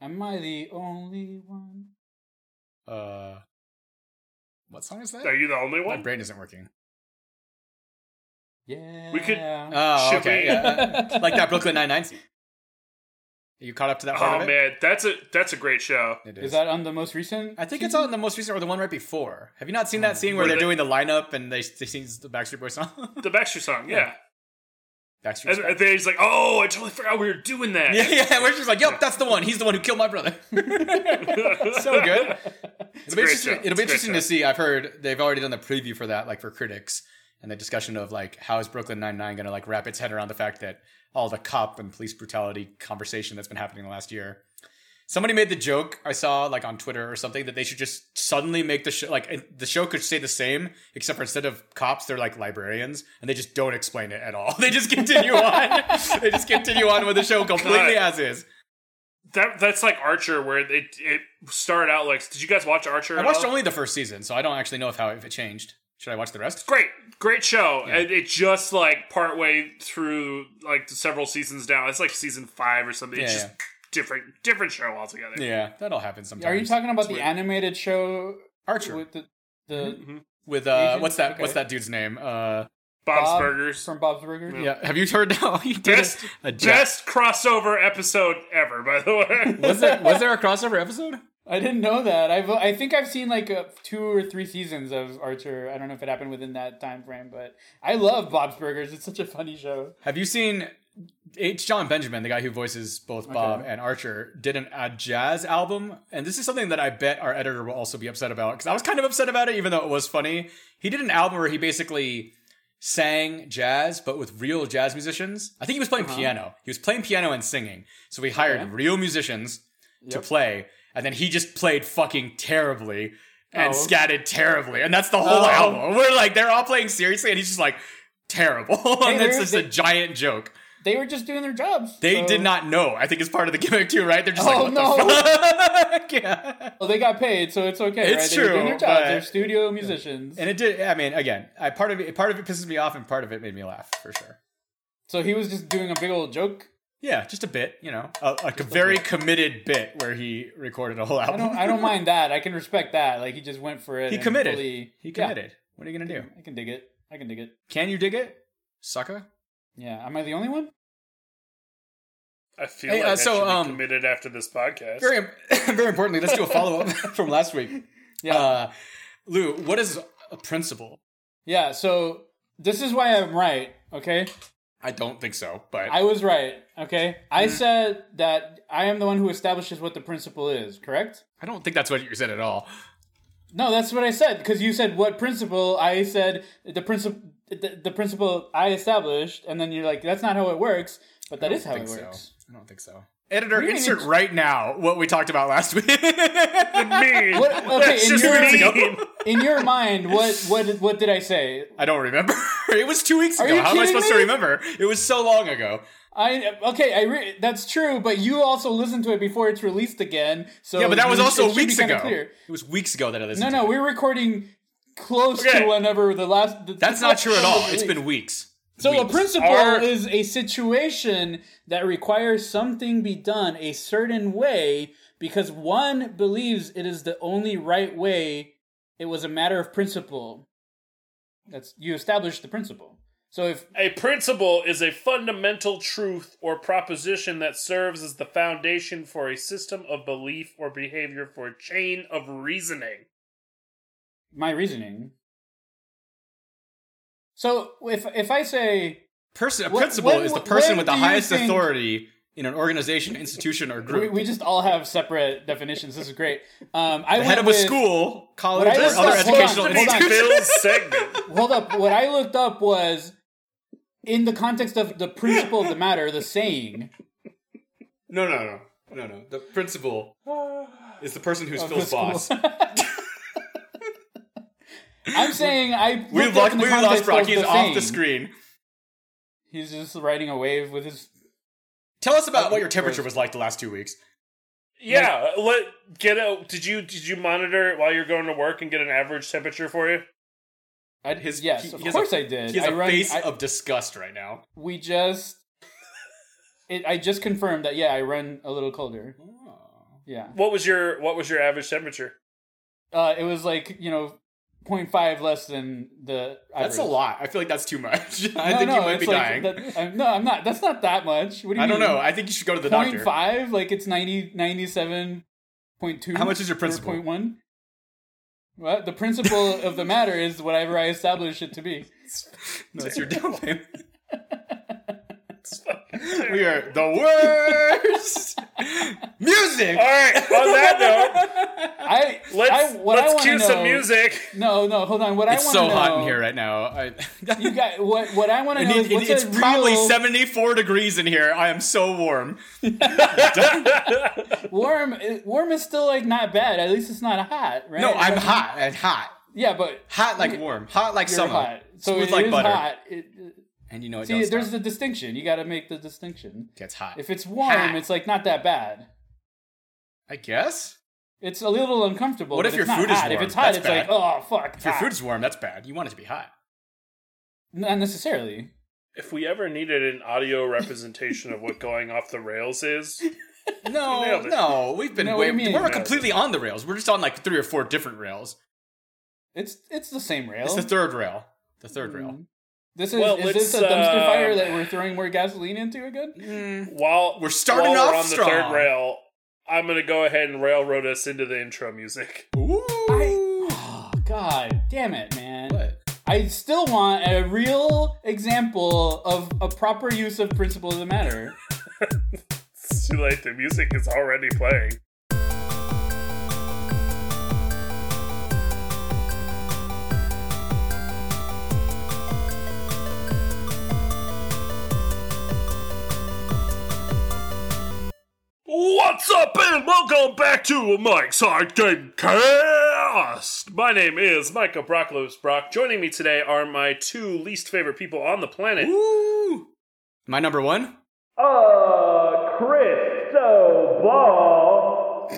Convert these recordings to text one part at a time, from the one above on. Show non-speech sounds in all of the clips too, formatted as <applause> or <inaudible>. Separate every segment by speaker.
Speaker 1: Am I the only one?
Speaker 2: Uh, what song is that?
Speaker 3: Are you the only
Speaker 2: My
Speaker 3: one?
Speaker 2: brain isn't working.
Speaker 1: Yeah.
Speaker 3: could-
Speaker 2: Oh,
Speaker 3: Should
Speaker 2: okay.
Speaker 3: we-
Speaker 2: yeah, uh, like that Brooklyn Nine Nine scene. You caught up to that part
Speaker 3: Oh
Speaker 2: of it?
Speaker 3: man, that's a that's a great show.
Speaker 2: It
Speaker 1: Is that on the most recent?
Speaker 2: I think it's on the most recent or the one right before. Have you not seen that scene where
Speaker 3: Where
Speaker 2: they're
Speaker 3: they-
Speaker 2: doing the lineup and they, they sing the Backstreet Boys song? <laughs>
Speaker 3: The Baxter song, yeah.
Speaker 2: Backstreet
Speaker 3: And,
Speaker 2: Boys.
Speaker 3: and then he's like, "Oh, I totally forgot we were doing
Speaker 2: <laughs>
Speaker 3: that."
Speaker 2: Yeah, yeah. We're just like, yep, that's the one. He's the one who killed my brother.
Speaker 3: <laughs>
Speaker 2: <laughs> so good. It'll be
Speaker 3: great
Speaker 2: interesting, it'll be
Speaker 3: show. It's a great
Speaker 2: interesting to
Speaker 3: show.
Speaker 2: see. I've heard they've already done the preview for that, like for critics, and the discussion of like how is Brooklyn Nine Nine going to like wrap its head around the fact that all the cop and police brutality conversation that's been happening the last year. Somebody made the joke I saw like on Twitter or something that they should just suddenly make the show like it- the show could stay the same except for instead of cops they're like librarians and they just don't explain it at all. <laughs> They just continue on. <laughs> they just continue on with the show completely as is.
Speaker 3: That that's like Archer, where it it started out like. Did you guys watch Archer?
Speaker 2: I
Speaker 3: at
Speaker 2: watched
Speaker 3: all?
Speaker 2: only the first season, so I don't actually know if how if it changed. Should I watch the rest?
Speaker 3: Great, great show.
Speaker 2: Yeah.
Speaker 3: And it just like partway through like several seasons down. It's like season five or something. It's
Speaker 2: Yeah,
Speaker 3: just different different show altogether.
Speaker 2: Yeah, that'll happen sometimes.
Speaker 1: Are you talking about
Speaker 3: It's
Speaker 1: the
Speaker 3: weird.
Speaker 1: animated show
Speaker 2: Archer with,
Speaker 1: with the the
Speaker 3: Mhm.
Speaker 2: uh
Speaker 1: Agent?
Speaker 2: what's that what's
Speaker 1: Okay.
Speaker 2: that dude's name? Uh
Speaker 3: Bob's
Speaker 1: Bob
Speaker 3: Burgers.
Speaker 1: from Bob's Burgers?
Speaker 3: Yeah.
Speaker 2: yeah, have you heard <laughs> now? He did
Speaker 3: Best
Speaker 2: a, a jet.
Speaker 3: Best crossover episode ever, by the way.
Speaker 2: Was there was there a crossover episode?
Speaker 1: I didn't know that. I've I think I've seen like uh two or three seasons of Archer. I don't know if it happened within that time frame, but I love Bob's Burgers. It's such a funny show.
Speaker 2: Have you seen it's John Benjamin, the guy who voices both Bob and Archer, did an, a jazz album, and this is something that I bet our editor will also be upset about because I was kind of upset about it, even though it was funny. He did an album where he basically sang jazz, but with real jazz musicians. I think he was playing piano. He was playing piano and singing. So we hired
Speaker 1: Uh-huh. Okay.
Speaker 2: real musicians to
Speaker 1: Yep.
Speaker 2: play, and then he just played fucking terribly and
Speaker 1: Oh.
Speaker 2: scatted terribly, and that's the whole
Speaker 1: Oh.
Speaker 2: album. We're like, they're all playing seriously, and he's just like terrible, <laughs> and
Speaker 1: there
Speaker 2: it's
Speaker 1: is
Speaker 2: just
Speaker 1: the-
Speaker 2: a giant joke.
Speaker 1: They were just doing their jobs.
Speaker 2: They
Speaker 1: so-
Speaker 2: did not know. I think it's part of the <laughs> gimmick too, right? They're just
Speaker 1: Oh,
Speaker 2: like, what
Speaker 1: no.
Speaker 2: the <laughs> fuck? yeah.
Speaker 1: Well, they got paid, so it's okay.
Speaker 2: It's
Speaker 1: right? They were doing
Speaker 2: true,
Speaker 1: their jobs.
Speaker 2: but-
Speaker 1: They're studio musicians.
Speaker 2: And it did. I mean, again, I part of it, part of it pisses me off, and part of it made me laugh for sure.
Speaker 1: so he was just doing a big old joke.
Speaker 2: Yeah, just a bit, you know, a, like a very committed bit where he recorded a whole
Speaker 1: I
Speaker 2: album.
Speaker 1: don't I don't mind that. I can respect that. Like he just went for it.
Speaker 2: He
Speaker 1: and
Speaker 2: committed.
Speaker 1: fully-
Speaker 2: <laughs> He
Speaker 1: Yeah,
Speaker 2: committed. What are you gonna <laughs> do?
Speaker 1: I can dig it. I can dig it.
Speaker 2: Can you dig it, sucker?
Speaker 1: Yeah. Am I the only one?
Speaker 3: <laughs> I feel
Speaker 2: Hey,
Speaker 3: like
Speaker 2: uh,
Speaker 3: I
Speaker 2: so,
Speaker 3: should be
Speaker 2: um,
Speaker 3: committed after this podcast.
Speaker 2: Very, <laughs> very importantly, let's do a follow up <laughs> from last week.
Speaker 1: Yeah.
Speaker 2: Uh, Lou, what is a principle?
Speaker 1: Yeah. So this is why I'm right. Okay.
Speaker 2: I don't think so, but
Speaker 1: I was right. Okay.
Speaker 2: Mm.
Speaker 1: I said that I am the one who establishes what the principle is. Correct.
Speaker 2: I don't think that's what you said at all.
Speaker 1: No, that's what I said because you said what principle. I said the principle. The, the principle I established, and then you're like, "That's not how it works," but that is how it
Speaker 2: think
Speaker 1: works.
Speaker 2: So. I don't think so. Editor,
Speaker 1: didn't
Speaker 2: insert
Speaker 1: even-
Speaker 2: right now what we talked about last week. <laughs>
Speaker 3: mean.
Speaker 1: What- okay,
Speaker 3: That's
Speaker 1: in
Speaker 3: just
Speaker 1: your-
Speaker 3: mean.
Speaker 1: In your mind, what what what did I say?
Speaker 2: I don't remember. <laughs> It was two weeks
Speaker 1: Are
Speaker 2: ago.
Speaker 1: you
Speaker 2: How am I
Speaker 1: kidding
Speaker 2: supposed to
Speaker 1: me? Oh,
Speaker 2: remember? It was so long ago.
Speaker 1: I okay, I re- that's true, but you also listened to it before it's released again. So
Speaker 2: Yeah, but that was
Speaker 1: you- it
Speaker 2: also
Speaker 1: should be
Speaker 2: weeks
Speaker 1: kinda
Speaker 2: ago.
Speaker 1: clear.
Speaker 2: It was weeks ago that I listened.
Speaker 1: No,
Speaker 2: to
Speaker 1: no,
Speaker 2: it.
Speaker 1: we're recording close
Speaker 3: Okay.
Speaker 1: to whenever the last. The,
Speaker 2: that's
Speaker 1: the
Speaker 2: not
Speaker 1: last
Speaker 2: true at
Speaker 1: show
Speaker 2: all.
Speaker 1: was
Speaker 2: It's
Speaker 1: released.
Speaker 2: been weeks.
Speaker 1: So a
Speaker 2: weeks.
Speaker 1: principle
Speaker 3: Our-
Speaker 1: is a situation that requires something be done a certain way because one believes it is the only right way. It was a matter of principle. That's you established the principle. So if
Speaker 3: A principle is a fundamental truth or proposition that serves as the foundation for a system of belief or behavior for a chain of reasoning.
Speaker 1: my reasoning. So if if I say
Speaker 2: Person, a
Speaker 1: Wh-
Speaker 2: principal
Speaker 1: when-
Speaker 2: is the
Speaker 1: wh-
Speaker 2: person
Speaker 1: when
Speaker 2: with the
Speaker 1: do you
Speaker 2: highest
Speaker 1: think-
Speaker 2: authority in an organization, institution, or
Speaker 1: we,
Speaker 2: group.
Speaker 1: we just all have separate definitions, this is great. Um, I
Speaker 2: the head
Speaker 1: went
Speaker 2: of a
Speaker 1: with-
Speaker 2: school, college,
Speaker 1: I
Speaker 2: or
Speaker 1: just
Speaker 2: other
Speaker 1: said- hold on,
Speaker 2: educational
Speaker 1: hold on.
Speaker 2: institution.
Speaker 3: Bill's segment.
Speaker 1: Hold up, what I looked up was in the context of the principle of the matter, the saying
Speaker 2: <laughs> No, no, no, no, no. The
Speaker 1: <sighs>
Speaker 2: principal is the person who's
Speaker 1: of
Speaker 2: Phil's
Speaker 1: the <laughs>
Speaker 2: boss.
Speaker 1: school. I'm saying I
Speaker 2: We
Speaker 1: looked up
Speaker 2: lost,
Speaker 1: in the
Speaker 2: we lost
Speaker 1: context
Speaker 2: Brock.
Speaker 1: of
Speaker 2: He's off the
Speaker 1: saying.
Speaker 2: screen.
Speaker 1: He's just riding a wave with his.
Speaker 2: Tell us about
Speaker 1: Oh,
Speaker 2: what your temperature
Speaker 1: where's-
Speaker 2: was like the last two weeks.
Speaker 3: Yeah, let get out. Did you did you monitor it while you're going to work and get an average temperature for you?
Speaker 2: I, his,
Speaker 1: Yes,
Speaker 2: he-
Speaker 1: of
Speaker 2: he has
Speaker 1: course
Speaker 2: a-
Speaker 1: I did.
Speaker 2: He has
Speaker 1: I
Speaker 2: a
Speaker 1: run-
Speaker 2: face
Speaker 1: I-
Speaker 2: of disgust right now.
Speaker 1: We Oh. just. It, I just confirmed that yeah, I run a little colder. Yeah.
Speaker 3: What was your what was your average temperature?
Speaker 1: Uh, it was like, you know, 0.5 less than the
Speaker 2: That's a
Speaker 1: average.
Speaker 2: lot. I feel like that's too much. <laughs> I
Speaker 1: No,
Speaker 2: think
Speaker 1: no,
Speaker 2: you might
Speaker 1: it's
Speaker 2: be
Speaker 1: like
Speaker 2: dying.
Speaker 1: that- I'm, no, I'm not. That's not that much. What do you
Speaker 2: I don't
Speaker 1: mean?
Speaker 2: know. I think you should go to the doctor.
Speaker 1: Point
Speaker 2: <laughs>
Speaker 1: five, like it's 90, 97.2.
Speaker 2: How much is your principal?
Speaker 1: Point one. Well, the principle of the matter is whatever I establish it to be.
Speaker 2: No,
Speaker 1: <laughs>
Speaker 2: it's your down payment.
Speaker 3: It's fucking
Speaker 2: <laughs> We are the worst. <laughs> Music.
Speaker 3: All
Speaker 2: <laughs>
Speaker 3: right. On
Speaker 1: <laughs>
Speaker 3: that
Speaker 1: I
Speaker 3: note, let's
Speaker 1: I, what I
Speaker 3: let's
Speaker 1: wanna
Speaker 3: cue some
Speaker 1: know-
Speaker 3: music.
Speaker 1: No, no, hold on. What I
Speaker 2: It's
Speaker 1: want to
Speaker 2: so
Speaker 1: know,
Speaker 2: hot in here right now. I, <laughs>
Speaker 1: You got what? What I want to
Speaker 2: I
Speaker 1: know
Speaker 2: need-
Speaker 1: is what's
Speaker 2: it's
Speaker 1: a
Speaker 2: probably
Speaker 1: real
Speaker 2: 74 degrees in here. I am so warm.
Speaker 1: <laughs>
Speaker 3: <laughs>
Speaker 1: warm. it- Warm is still like not bad. At least it's not hot, right?
Speaker 2: No, I'm
Speaker 1: Like,
Speaker 2: hot. I'm hot.
Speaker 1: Yeah, but
Speaker 2: Hot like warm. Hot like
Speaker 1: you're
Speaker 2: summer.
Speaker 1: hot. So
Speaker 2: Smooth
Speaker 1: it
Speaker 2: like
Speaker 1: is
Speaker 2: butter.
Speaker 1: hot. It,
Speaker 2: And you know it
Speaker 1: see,
Speaker 2: don't
Speaker 1: there's
Speaker 2: stop.
Speaker 1: the distinction. You got to make the distinction.
Speaker 2: It gets hot.
Speaker 1: If it's warm,
Speaker 2: Hot.
Speaker 1: it's like not that bad.
Speaker 2: I guess.
Speaker 1: It's a little uncomfortable.
Speaker 2: What
Speaker 1: but
Speaker 2: if
Speaker 1: it's
Speaker 2: your
Speaker 1: not
Speaker 2: food is
Speaker 1: hot. If
Speaker 2: warm?
Speaker 1: it's hot,
Speaker 2: That's
Speaker 1: it's like
Speaker 2: bad.
Speaker 1: oh fuck.
Speaker 2: If your
Speaker 1: hot.
Speaker 2: food is warm, that's bad. You want it to
Speaker 1: <laughs>
Speaker 2: be hot.
Speaker 1: not necessarily.
Speaker 3: If we ever needed an audio
Speaker 2: <laughs>
Speaker 3: representation of what going off the rails is,
Speaker 2: No,
Speaker 3: Nailed it.
Speaker 2: no, we've been
Speaker 1: No, what
Speaker 2: way.
Speaker 1: do you mean?
Speaker 2: We're completely on the rails. We're just on like three or four different rails.
Speaker 1: It's it's the same rail. Mm.
Speaker 2: It's the third rail. The third rail.
Speaker 1: This is
Speaker 3: Well,
Speaker 1: is this a
Speaker 3: let's,
Speaker 1: dumpster
Speaker 3: uh,
Speaker 1: fire that we're throwing more gasoline into again? Mm-hmm.
Speaker 3: while
Speaker 2: We're starting
Speaker 3: while
Speaker 2: off
Speaker 3: we're on
Speaker 2: strong.
Speaker 3: the third rail, I'm gonna go ahead and railroad us into the intro music.
Speaker 2: Mm. Ooh.
Speaker 1: Oh, <sighs> God damn it, man!
Speaker 2: What?
Speaker 1: I still want a real example of a proper use of principle of the matter. <laughs>
Speaker 3: It's too late. The music is already playing. What's up, and welcome back to Mike's Hard Game Cast. My name is Micah Brocklos Brock. Joining me today are my two least favorite people on the planet.
Speaker 2: Ooh. My number one.
Speaker 3: Uh, Cristobal.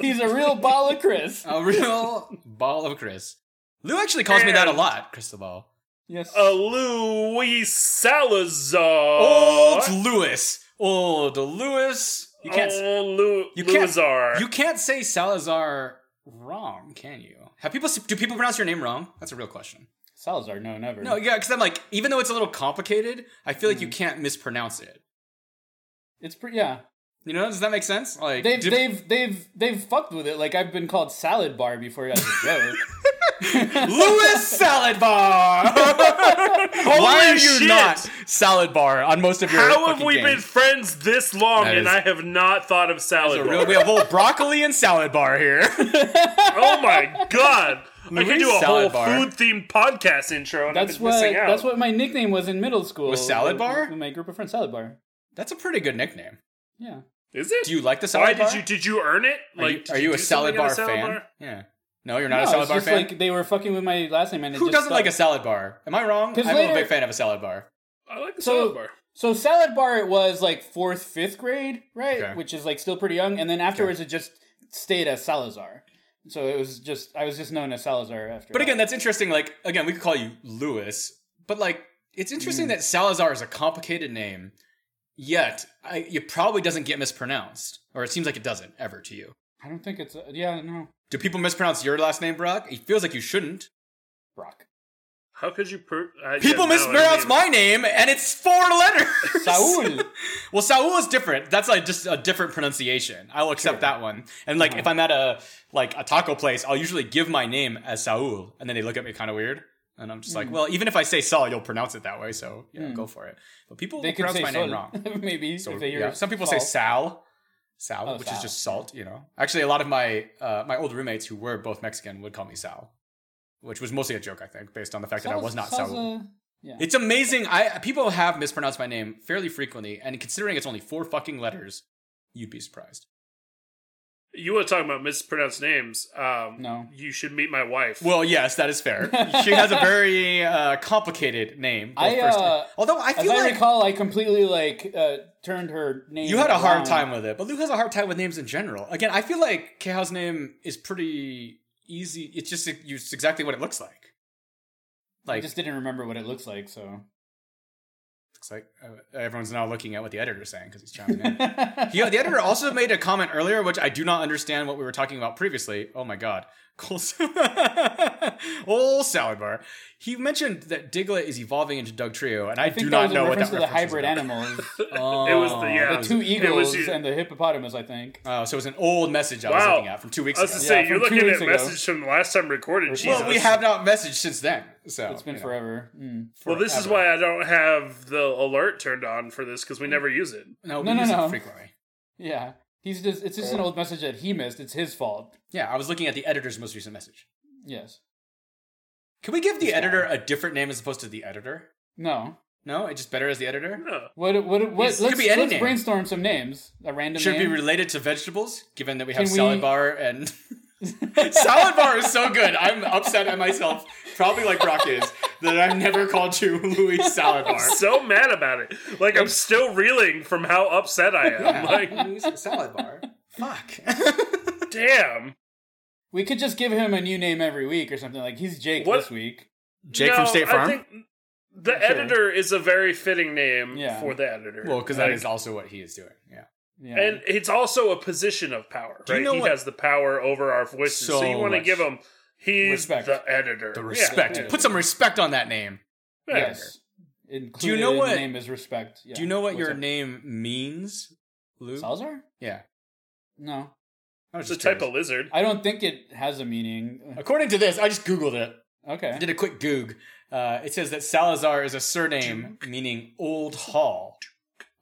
Speaker 1: He's a real ball of Chris. <laughs>
Speaker 2: A real ball of Chris. Lou actually calls me that a lot, Crystal Ball.
Speaker 1: Yes.
Speaker 3: a
Speaker 2: Oh.
Speaker 3: Luis Salazar.
Speaker 2: Old Lewis. Old Lewis. You can't. s-
Speaker 3: Oh, Lu-
Speaker 2: you can't-
Speaker 3: Luizar.
Speaker 2: You can't say Salazar wrong, can you? Have people do people pronounce your name wrong? That's a real question.
Speaker 1: Salazar, no, never.
Speaker 2: No, yeah, because I'm like, even though it's a little complicated, I feel like
Speaker 3: Mm.
Speaker 2: you can't mispronounce it.
Speaker 1: it's pretty. Yeah,
Speaker 2: You know, does that make sense? Like,
Speaker 1: they've
Speaker 2: <laughs> did-
Speaker 1: they've they've they've fucked with it. Like I've been called salad bar before as a
Speaker 2: <laughs>
Speaker 1: joke.
Speaker 2: Lewis Salad
Speaker 3: <laughs>
Speaker 2: Bar. Why are you
Speaker 3: shit!
Speaker 2: not Salad Bar on most of your?
Speaker 3: How have
Speaker 2: fucking
Speaker 3: we been
Speaker 2: games?
Speaker 3: friends this long
Speaker 2: That
Speaker 3: and
Speaker 2: is-
Speaker 3: I have not thought of salad?
Speaker 2: So real-
Speaker 3: bar?
Speaker 2: we have old broccoli and salad bar here. <laughs>
Speaker 3: oh my god! I
Speaker 2: Luis
Speaker 3: could do a
Speaker 2: Salad
Speaker 3: whole
Speaker 2: bar.
Speaker 3: food-themed podcast intro, and
Speaker 1: That's
Speaker 3: I've been
Speaker 1: what
Speaker 3: missing out.
Speaker 1: that's what my nickname was in middle school.
Speaker 2: Was salad
Speaker 1: with-
Speaker 2: bar?
Speaker 1: with my group of friends, salad bar.
Speaker 2: That's a pretty good nickname.
Speaker 1: Yeah.
Speaker 3: is it?
Speaker 2: Do you like the salad
Speaker 3: Why
Speaker 2: bar?
Speaker 3: did you did you earn it?
Speaker 2: Are you-
Speaker 3: Like, did
Speaker 2: are you, a
Speaker 3: do
Speaker 2: salad
Speaker 3: something at
Speaker 2: bar
Speaker 3: a salad
Speaker 2: fan?
Speaker 3: bar?
Speaker 2: Yeah. No, you're not
Speaker 1: No,
Speaker 2: a salad
Speaker 1: it's
Speaker 2: bar
Speaker 1: just
Speaker 2: fan.
Speaker 1: like they were fucking with my last name. And it
Speaker 2: Who
Speaker 1: just
Speaker 2: doesn't like a
Speaker 1: stuck.
Speaker 2: salad bar? Am I wrong?
Speaker 1: 'Cause
Speaker 2: I'm a
Speaker 1: later-
Speaker 2: big fan of a salad bar.
Speaker 3: I like the
Speaker 1: So-
Speaker 3: salad bar.
Speaker 1: So salad bar, it was like fourth, fifth grade, right?
Speaker 2: Okay.
Speaker 1: Which is like still pretty young. And then afterwards, it just stayed as Salazar. So it was just I was just known as Salazar after.
Speaker 2: But
Speaker 1: that.
Speaker 2: again, that's interesting. Like again, we could call you Lewis, but like it's interesting
Speaker 1: Mm.
Speaker 2: that Salazar is a complicated name. Yet, I, it probably doesn't get mispronounced, or it seems like it doesn't ever to you.
Speaker 1: I don't think it's yeah no
Speaker 2: Do people mispronounce your last name, Brock? It feels like you shouldn't. <laughs>
Speaker 1: Brock
Speaker 3: How could you? Per- I,
Speaker 2: People
Speaker 3: yeah, no, I don't
Speaker 2: mispronounce
Speaker 3: even-
Speaker 2: my name, and it's four letters.
Speaker 1: Saul.
Speaker 2: Well, Saul is different. That's like just a different pronunciation. I'll accept
Speaker 1: Sure.
Speaker 2: that one. And like
Speaker 1: Uh-huh.
Speaker 2: if I'm at a like a taco place, I'll usually give my name as Saul, and then they look at me kind of weird. And I'm just like,
Speaker 1: Mm.
Speaker 2: well, even if I say Saul, you'll pronounce it that way, so yeah,
Speaker 1: Mm.
Speaker 2: go for it. But people
Speaker 1: <laughs> they
Speaker 2: will
Speaker 1: could
Speaker 2: pronounce
Speaker 1: say
Speaker 2: my name
Speaker 1: Sol,
Speaker 2: wrong.
Speaker 1: maybe
Speaker 2: So,
Speaker 1: if they hear
Speaker 2: yeah. Some people say
Speaker 1: Sol.
Speaker 2: Sal, Sal,
Speaker 1: Oh,
Speaker 2: which is
Speaker 1: Sal.
Speaker 2: just salt. You know, actually, a lot of my uh, my old roommates who were both Mexican would call me Sal, which was mostly a joke, I think, based on the fact that I
Speaker 1: Sal's-
Speaker 2: was not
Speaker 1: Sal's
Speaker 2: Saul.
Speaker 1: a- yeah.
Speaker 2: It's amazing. I people have mispronounced my name fairly frequently, and considering it's only four fucking letters, you'd be surprised.
Speaker 3: You were talking about mispronounced names. Um,
Speaker 1: No.
Speaker 3: you should meet my wife.
Speaker 2: Well, yes, that is fair. she has a very uh, complicated name. both
Speaker 1: I,
Speaker 2: first-
Speaker 1: uh,
Speaker 2: although I
Speaker 1: As
Speaker 2: feel
Speaker 1: I
Speaker 2: like
Speaker 1: recall, I completely like uh, turned her name.
Speaker 2: you had a hard
Speaker 1: around.
Speaker 2: time with it, but Lou has a hard time with names in general. Again, I feel like Kehao's name is pretty easy. It's just it's exactly what it looks like.
Speaker 1: I <laughs>
Speaker 2: Like
Speaker 1: just didn't remember what it looks like, so
Speaker 2: It's like uh, everyone's now looking at what the editor's saying because he's
Speaker 1: <laughs>
Speaker 2: chiming in. He- the editor also made a comment earlier, which I do not understand what we were talking about previously. Oh my god. Cold <laughs> Old salad bar. He mentioned that Diglett is evolving into Doug Trio, and I,
Speaker 1: I think that
Speaker 2: do not
Speaker 1: was a
Speaker 2: know what that
Speaker 1: reference to the
Speaker 2: reference
Speaker 1: hybrid
Speaker 2: is.
Speaker 1: animals,
Speaker 2: <laughs> Oh,
Speaker 3: It was the- yeah,
Speaker 2: that
Speaker 1: the
Speaker 2: was-
Speaker 1: two
Speaker 3: it was
Speaker 1: eagles
Speaker 3: you-
Speaker 1: and the hippopotamus. I think.
Speaker 2: Oh, so it was an old message I was
Speaker 3: Wow.
Speaker 2: looking at from two weeks
Speaker 3: I was to
Speaker 2: ago.
Speaker 1: Yeah,
Speaker 3: say,
Speaker 1: from
Speaker 3: you're
Speaker 1: two
Speaker 3: looking
Speaker 1: weeks
Speaker 3: at
Speaker 1: ago.
Speaker 3: messages from the last time recorded.
Speaker 1: Yeah.
Speaker 3: Jesus.
Speaker 2: Well, we have not messaged since then, so
Speaker 1: It's been
Speaker 2: you know,
Speaker 1: forever. Mm.
Speaker 3: Well, this is
Speaker 2: forever.
Speaker 3: why I don't have the alert turned on for this because we never use it.
Speaker 2: No, we
Speaker 1: No, no,
Speaker 2: use it
Speaker 1: no.
Speaker 2: frequently.
Speaker 1: Yeah, he's just. It's just an old message that he missed. It's his fault.
Speaker 2: Yeah, I was looking at the editor's most recent message.
Speaker 1: Yes.
Speaker 2: Can we give the
Speaker 1: This guy.
Speaker 2: editor a different name as opposed to the editor?
Speaker 1: No.
Speaker 2: No, it's just better as the editor.
Speaker 3: No.
Speaker 1: What? What? What?
Speaker 2: Yes, it
Speaker 1: let's
Speaker 2: could be any
Speaker 1: let's
Speaker 2: name.
Speaker 1: brainstorm some names. A random
Speaker 2: Should it be
Speaker 1: name.
Speaker 2: related to vegetables, given that we have
Speaker 1: Can
Speaker 2: salad
Speaker 1: we-
Speaker 2: bar <laughs> and <laughs> salad bar is so good. I'm upset at myself, probably like Brock is, that I've never called you Louis Salad <laughs> Bar.
Speaker 3: So mad about it. Like I'm still reeling from how upset I am. Like,
Speaker 2: Louis Salad Bar. Fuck.
Speaker 3: damn.
Speaker 1: <laughs> we could just give him a new name every week or something. Like he's Jake
Speaker 3: What-
Speaker 1: this week.
Speaker 2: <laughs> Jake
Speaker 3: No,
Speaker 2: from State
Speaker 3: I
Speaker 2: Farm.
Speaker 3: think the
Speaker 1: Sure.
Speaker 3: editor is a very fitting name
Speaker 1: Yeah.
Speaker 3: for the editor.
Speaker 2: well, because that
Speaker 3: Like,
Speaker 2: is also what he is doing. Yeah.
Speaker 1: Yeah.
Speaker 3: and it's also a position of power,
Speaker 2: Do you
Speaker 3: right?
Speaker 2: know
Speaker 3: he
Speaker 2: what-
Speaker 3: has the power over our voices, so,
Speaker 2: So
Speaker 3: you want to
Speaker 2: much.
Speaker 3: give him. He's
Speaker 1: Respect.
Speaker 3: the editor.
Speaker 2: The
Speaker 3: Yeah.
Speaker 2: respect.
Speaker 1: yeah.
Speaker 2: Put some respect on that name.
Speaker 3: Yeah.
Speaker 1: yes. Included
Speaker 2: Do you know
Speaker 1: in the
Speaker 2: what-
Speaker 1: name is respect? Yeah.
Speaker 2: Do you know what
Speaker 1: What's
Speaker 2: your
Speaker 1: up?
Speaker 2: name means, Lou?
Speaker 1: Salazar?
Speaker 2: Yeah.
Speaker 1: No,
Speaker 2: I was
Speaker 3: It's a
Speaker 2: just
Speaker 3: type
Speaker 2: curious.
Speaker 3: of lizard. <laughs>
Speaker 1: I don't think it has a meaning.
Speaker 2: According to this, I just Googled it. I
Speaker 1: Okay.
Speaker 2: did a quick goog. Uh, it says that Salazar is a surname meaning old hall,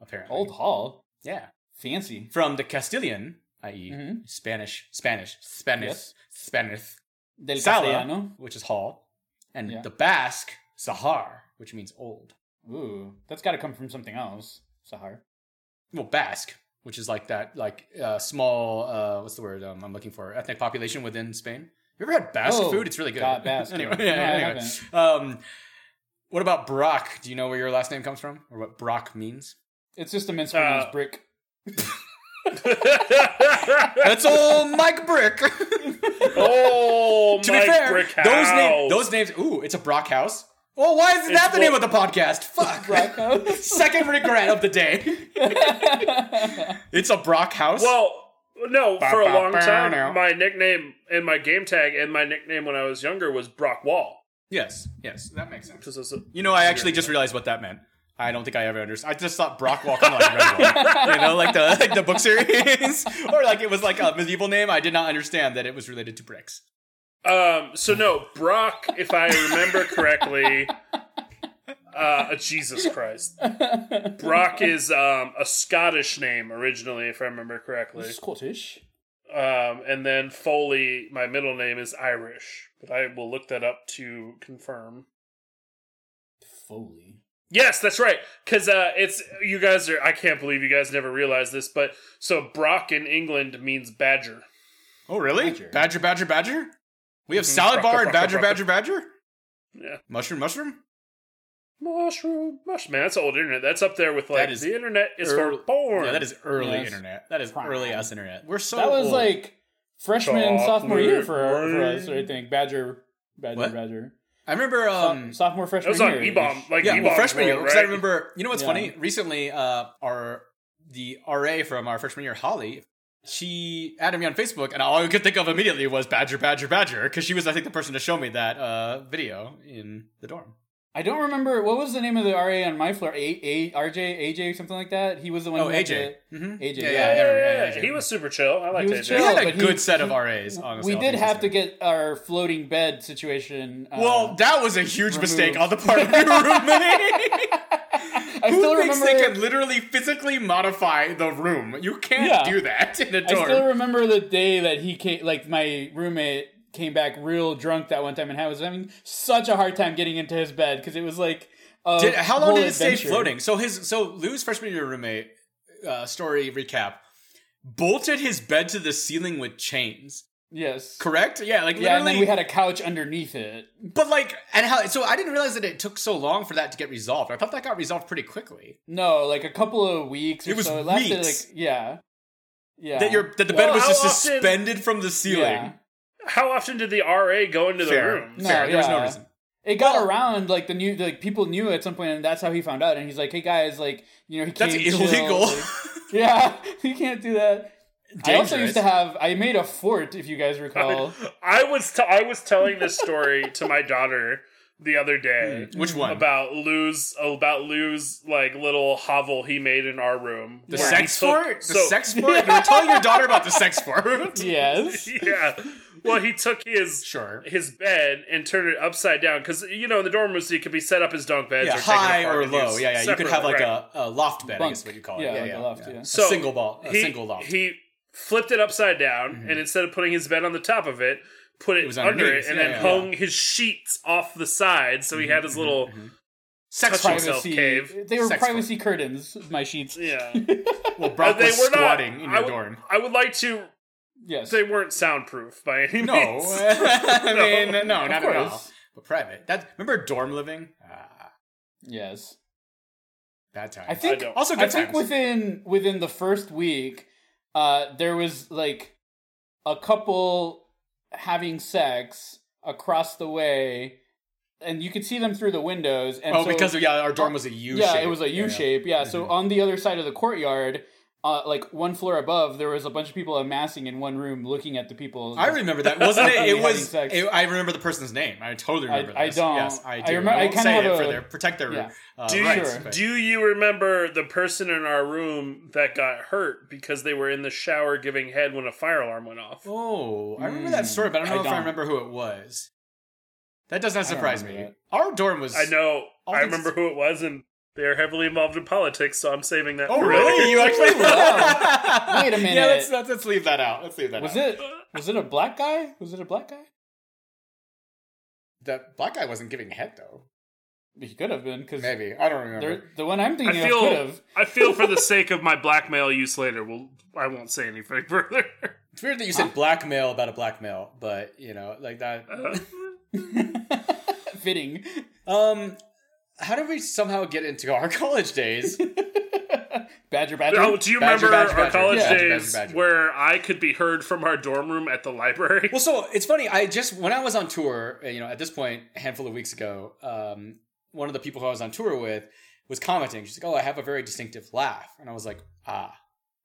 Speaker 2: apparently.
Speaker 1: Old Hall,
Speaker 2: Yeah.
Speaker 1: fancy.
Speaker 2: From the Castilian, i.e.,
Speaker 1: Mhm.
Speaker 2: Spanish, Spanish, Spanish,
Speaker 1: Yes.
Speaker 2: Spanish,
Speaker 1: Mm-hmm. Del
Speaker 2: Sala.
Speaker 1: Castellano.
Speaker 2: which is hall, and
Speaker 1: Yeah.
Speaker 2: the Basque, Sahar, which means old.
Speaker 1: Ooh, that's got to come from something else. Sahar.
Speaker 2: Well, Basque, which is like that, like uh, small, uh, what's the word um, I'm looking for? Ethnic population within Spain. You ever had Basque
Speaker 1: Oh,
Speaker 2: food? It's really good.
Speaker 1: God,
Speaker 2: <laughs>
Speaker 1: Basque.
Speaker 2: anyway,
Speaker 1: No, I
Speaker 2: yeah, anyway.
Speaker 1: haven't.
Speaker 2: Um, what about Brock? Do you know where your last name comes from, or what Brock means?
Speaker 1: It's just a mince pronounced
Speaker 3: Uh,
Speaker 1: brick. <laughs>
Speaker 2: That's old Mike
Speaker 3: <laughs>
Speaker 2: Brick. to
Speaker 3: oh,
Speaker 2: be
Speaker 3: Mike
Speaker 2: fair,
Speaker 3: Brickhouse.
Speaker 2: those names, those names. Ooh, it's a Brock house. Well, why isn't
Speaker 3: It's
Speaker 2: that the
Speaker 3: what-
Speaker 2: name of the podcast? Fuck.
Speaker 1: Brockhouse.
Speaker 2: <laughs> Second regret of the day. It's a Brock house.
Speaker 3: Well, no,
Speaker 2: Ba,
Speaker 3: for a
Speaker 2: ba,
Speaker 3: long
Speaker 2: ba,
Speaker 3: time,
Speaker 2: now.
Speaker 3: my nickname and my game tag and my nickname when I was younger was Brock Wall.
Speaker 2: yes, yes, that makes sense.
Speaker 3: 'Cause it's a-
Speaker 2: You know, I actually just realized what that meant. I don't think I ever understood. I just thought Brock Wall kind of like Red Wall, you know, like the like the book series, <laughs> or like it was like a medieval name. I did not understand that it was related to bricks.
Speaker 3: Um, so no, Brock, if I remember correctly, uh, Jesus Christ, Brock is um, a Scottish name originally, if I remember correctly.
Speaker 1: Scottish.
Speaker 3: Um, and then Foley, my middle name is Irish, but I will look that up to confirm.
Speaker 1: Foley.
Speaker 3: Yes, that's right. Because uh, it's you guys are. I can't believe you guys never realized this, but so Brock in England means badger.
Speaker 2: Oh, really?
Speaker 1: Badger.
Speaker 2: Badger, badger, badger. We have
Speaker 3: Mhm.
Speaker 2: salad bar and
Speaker 3: Brocker, brocker,
Speaker 2: badger, badger,
Speaker 3: brocker.
Speaker 2: badger.
Speaker 3: Yeah.
Speaker 2: Mushroom, mushroom.
Speaker 3: Mushroom, mushroom. Man, that's old internet. That's up there with like
Speaker 2: That is
Speaker 3: the internet is
Speaker 2: early-
Speaker 3: for porn.
Speaker 2: Yeah, that is early
Speaker 1: Yes.
Speaker 2: internet. That is
Speaker 1: Prime.
Speaker 2: early ass internet. We're so
Speaker 1: That was
Speaker 2: old.
Speaker 1: like freshman,
Speaker 3: Chocolate
Speaker 1: sophomore year for, for
Speaker 3: rain.
Speaker 1: us, I think. Badger, Badger,
Speaker 2: What?
Speaker 1: Badger.
Speaker 2: I remember um
Speaker 1: Um, sophomore,
Speaker 3: That
Speaker 1: freshman
Speaker 3: was on
Speaker 1: year.
Speaker 3: E-bomb, like
Speaker 2: yeah,
Speaker 3: E-bomb
Speaker 2: well, freshman year
Speaker 3: world,
Speaker 2: because I
Speaker 3: right?
Speaker 2: remember. You know what's
Speaker 1: Yeah.
Speaker 2: funny? Recently, uh, our the RA from our freshman year, Holly, she added me on Facebook, and all I could think of immediately was Badger, Badger, Badger, because she was, I think, the person to show me that uh, video in the dorm.
Speaker 1: I don't remember what was the name of the RA on my floor. A, A, RJ, AJ, something like that. He was the one.
Speaker 2: Oh,
Speaker 1: who had
Speaker 2: AJ. hmm
Speaker 1: the- AJ.
Speaker 2: Yeah, yeah,
Speaker 3: Yeah, yeah, yeah,
Speaker 2: yeah, yeah.
Speaker 3: He was super chill. I liked
Speaker 1: was
Speaker 3: AJ.
Speaker 2: We
Speaker 1: chill.
Speaker 2: had a
Speaker 1: but he-
Speaker 2: good set of
Speaker 1: he-
Speaker 2: RAs. Honestly,
Speaker 1: we
Speaker 2: all
Speaker 1: did
Speaker 2: things
Speaker 1: have to
Speaker 2: considered.
Speaker 1: get our floating bed situation. Uh,
Speaker 2: Well, that was a huge
Speaker 1: Remove.
Speaker 2: mistake on the part of your <laughs> roommate.
Speaker 1: <laughs> I
Speaker 2: Who
Speaker 1: still
Speaker 2: thinks they
Speaker 1: remember.
Speaker 2: can literally physically modify the room? You can't
Speaker 1: Yeah.
Speaker 2: do that in a
Speaker 1: I
Speaker 2: dorm.
Speaker 1: still remember the day that he came. Like my roommate came back real drunk that one time, and I was having such a hard time getting into his bed because it was like. a
Speaker 2: Did, how long
Speaker 1: whole
Speaker 2: did it stay
Speaker 1: adventure.
Speaker 2: floating? So his so Lou's freshman year roommate uh, story recap bolted his bed to the ceiling with chains.
Speaker 1: Yes.
Speaker 2: Correct? Yeah, like
Speaker 1: Yeah, and
Speaker 2: literally.
Speaker 1: then we had a couch underneath it.
Speaker 2: but like, and how? So I didn't realize that it took so long for that to get resolved. I thought that got resolved pretty quickly.
Speaker 1: No, like a couple of weeks. Or
Speaker 2: It was
Speaker 1: so. It lasted
Speaker 2: weeks.
Speaker 1: like yeah, yeah.
Speaker 2: That your that the
Speaker 3: Well,
Speaker 2: bed was
Speaker 3: how
Speaker 2: just
Speaker 3: often-
Speaker 2: suspended from the ceiling.
Speaker 1: Yeah.
Speaker 3: How often did the RA go into the
Speaker 2: Fair,
Speaker 3: room?
Speaker 1: No,
Speaker 2: fair. There was no
Speaker 1: yeah.
Speaker 2: reason.
Speaker 1: It got around like the new like people knew at some point, and that's how he found out. And he's like, "Hey guys, like you know, he
Speaker 2: That's
Speaker 1: can't chill,
Speaker 2: illegal.
Speaker 1: <laughs> like- yeah, you can't do that." I also used
Speaker 2: Dangerous.
Speaker 1: to have. I made a fort, if you guys
Speaker 2: <laughs>
Speaker 1: recall.
Speaker 3: I was t- I was telling this story to my daughter the other day.
Speaker 2: Which one?
Speaker 3: About Lou's about Lou's like little hovel he made in our room.
Speaker 2: the
Speaker 3: where he
Speaker 2: sex
Speaker 3: took-
Speaker 2: fort? The
Speaker 3: so-
Speaker 2: <laughs> sex fort? You were telling your daughter about the sex <laughs> fort.
Speaker 1: yes.
Speaker 3: <laughs> Yeah. Well, he took his
Speaker 2: Sure.
Speaker 3: his bed and turned it upside down because you know in the dorm rooms it could be set up as bunk beds
Speaker 2: Yeah,
Speaker 3: or
Speaker 2: high
Speaker 3: taken apart
Speaker 2: or
Speaker 3: and
Speaker 2: low.
Speaker 3: used
Speaker 2: Yeah, yeah. You could
Speaker 3: separately,
Speaker 2: have like
Speaker 3: right.
Speaker 2: a, a loft bed, I guess is
Speaker 1: Bunk.
Speaker 2: what you call it.
Speaker 1: Yeah,
Speaker 2: Yeah,
Speaker 1: like a
Speaker 2: yeah,
Speaker 1: loft, yeah.
Speaker 2: A
Speaker 3: So
Speaker 2: single ball, a
Speaker 3: he,
Speaker 2: single loft. Mm-hmm.
Speaker 3: He flipped it upside down, and instead of putting his bed on the top of it, put it,
Speaker 2: was
Speaker 3: under it,
Speaker 2: underneath,
Speaker 3: and
Speaker 2: yeah,
Speaker 3: then
Speaker 2: yeah, Mm-hmm.
Speaker 3: hung his sheets off the side. So he had
Speaker 1: Mm-hmm.
Speaker 3: his little
Speaker 2: sex
Speaker 3: touching
Speaker 2: fort.
Speaker 3: yourself,
Speaker 1: Privacy.
Speaker 3: cave.
Speaker 1: They were
Speaker 2: Sex
Speaker 1: privacy curtains. My sheets.
Speaker 2: <laughs>
Speaker 3: yeah.
Speaker 2: Well, Brock
Speaker 3: they
Speaker 2: was
Speaker 3: were not.
Speaker 2: squatting in
Speaker 3: I
Speaker 2: your
Speaker 3: would-
Speaker 2: dorm.
Speaker 3: I would like to.
Speaker 1: Yes.
Speaker 3: They weren't soundproof by
Speaker 2: <laughs> <laughs>
Speaker 3: any
Speaker 2: No,
Speaker 3: means.
Speaker 2: I mean, no,
Speaker 1: Of
Speaker 2: not at all.
Speaker 1: course.
Speaker 2: But private. That remember dorm living? Ah,
Speaker 1: Yes.
Speaker 2: bad time.
Speaker 1: I think
Speaker 3: don't.
Speaker 2: also good
Speaker 1: I think
Speaker 2: times.
Speaker 1: within within the first week, uh, there was like a couple having sex across the way, and you could see them through the windows. And
Speaker 2: oh,
Speaker 1: so,
Speaker 2: because yeah, our dorm was a U.
Speaker 1: yeah,
Speaker 2: shape.
Speaker 1: it was a U
Speaker 2: Yeah, Mm-hmm. yeah.
Speaker 1: shape. Yeah, so on the other side of the courtyard. Uh, like one floor above, there was a bunch of people amassing in one room, looking at the people.
Speaker 2: I remember that.
Speaker 1: <laughs>
Speaker 2: Wasn't it? It
Speaker 1: Having
Speaker 2: was.
Speaker 1: sex.
Speaker 2: It, I remember the person's name. I totally remember.
Speaker 1: I
Speaker 2: this.
Speaker 1: don't.
Speaker 2: Yes, I
Speaker 1: I
Speaker 2: do.
Speaker 1: remember- I
Speaker 2: won't
Speaker 1: kinda
Speaker 2: say
Speaker 1: have
Speaker 2: it
Speaker 1: a-
Speaker 2: for their protect their
Speaker 1: Yeah.
Speaker 2: uh,
Speaker 3: Do you,
Speaker 2: rights.
Speaker 1: Sure.
Speaker 2: but-
Speaker 3: do you remember the person in our room that got hurt because they were in the shower giving head when a fire alarm went off?
Speaker 2: Oh, I remember
Speaker 1: Mm,
Speaker 2: that story, but I don't
Speaker 1: I
Speaker 2: know if
Speaker 1: don't.
Speaker 2: I remember who it was. That does not
Speaker 1: I don't
Speaker 2: surprise me.
Speaker 1: remember
Speaker 2: Our dorm was.
Speaker 3: I know.
Speaker 2: All
Speaker 3: I
Speaker 2: these-
Speaker 3: remember who it was, and they are heavily involved in politics, so I'm saving that.
Speaker 2: Oh,
Speaker 3: for
Speaker 2: really?
Speaker 3: later.
Speaker 2: You actually? <laughs>
Speaker 3: <laughs>
Speaker 1: Wow. Wait a
Speaker 2: Yeah,
Speaker 1: minute.
Speaker 2: let's, let's let's leave that out. Let's leave that
Speaker 1: was
Speaker 2: out.
Speaker 1: it was it a black guy? Was it a black guy?
Speaker 2: The black guy wasn't giving head though.
Speaker 1: He could have been because
Speaker 2: Maybe I don't remember.
Speaker 1: the one I'm
Speaker 3: I
Speaker 1: thinking of could
Speaker 3: feel.
Speaker 1: have.
Speaker 3: I feel for the sake of my blackmail use later. Well, I won't say anything <laughs> further.
Speaker 2: It's weird that you said
Speaker 1: Ah.
Speaker 2: blackmail about a blackmail, but you know, like that.
Speaker 3: Uh-huh. Uh,
Speaker 1: <laughs> Fitting.
Speaker 2: Um, how did we somehow get into our <laughs> college days?
Speaker 1: Badger, badger.
Speaker 3: Oh, do you
Speaker 2: Badger,
Speaker 3: remember
Speaker 2: badger,
Speaker 3: our
Speaker 2: badger.
Speaker 3: college
Speaker 1: Yeah.
Speaker 2: Badger,
Speaker 3: days
Speaker 2: badger, badger.
Speaker 3: where I could be heard from our dorm room at the library?
Speaker 2: Well, so it's funny. I just when I was on tour, uh, you know, at this point, a handful of weeks ago, um, one of the people who I was on tour with was commenting. She's like, "Oh, I have a very distinctive laugh," and I was like, "Ah,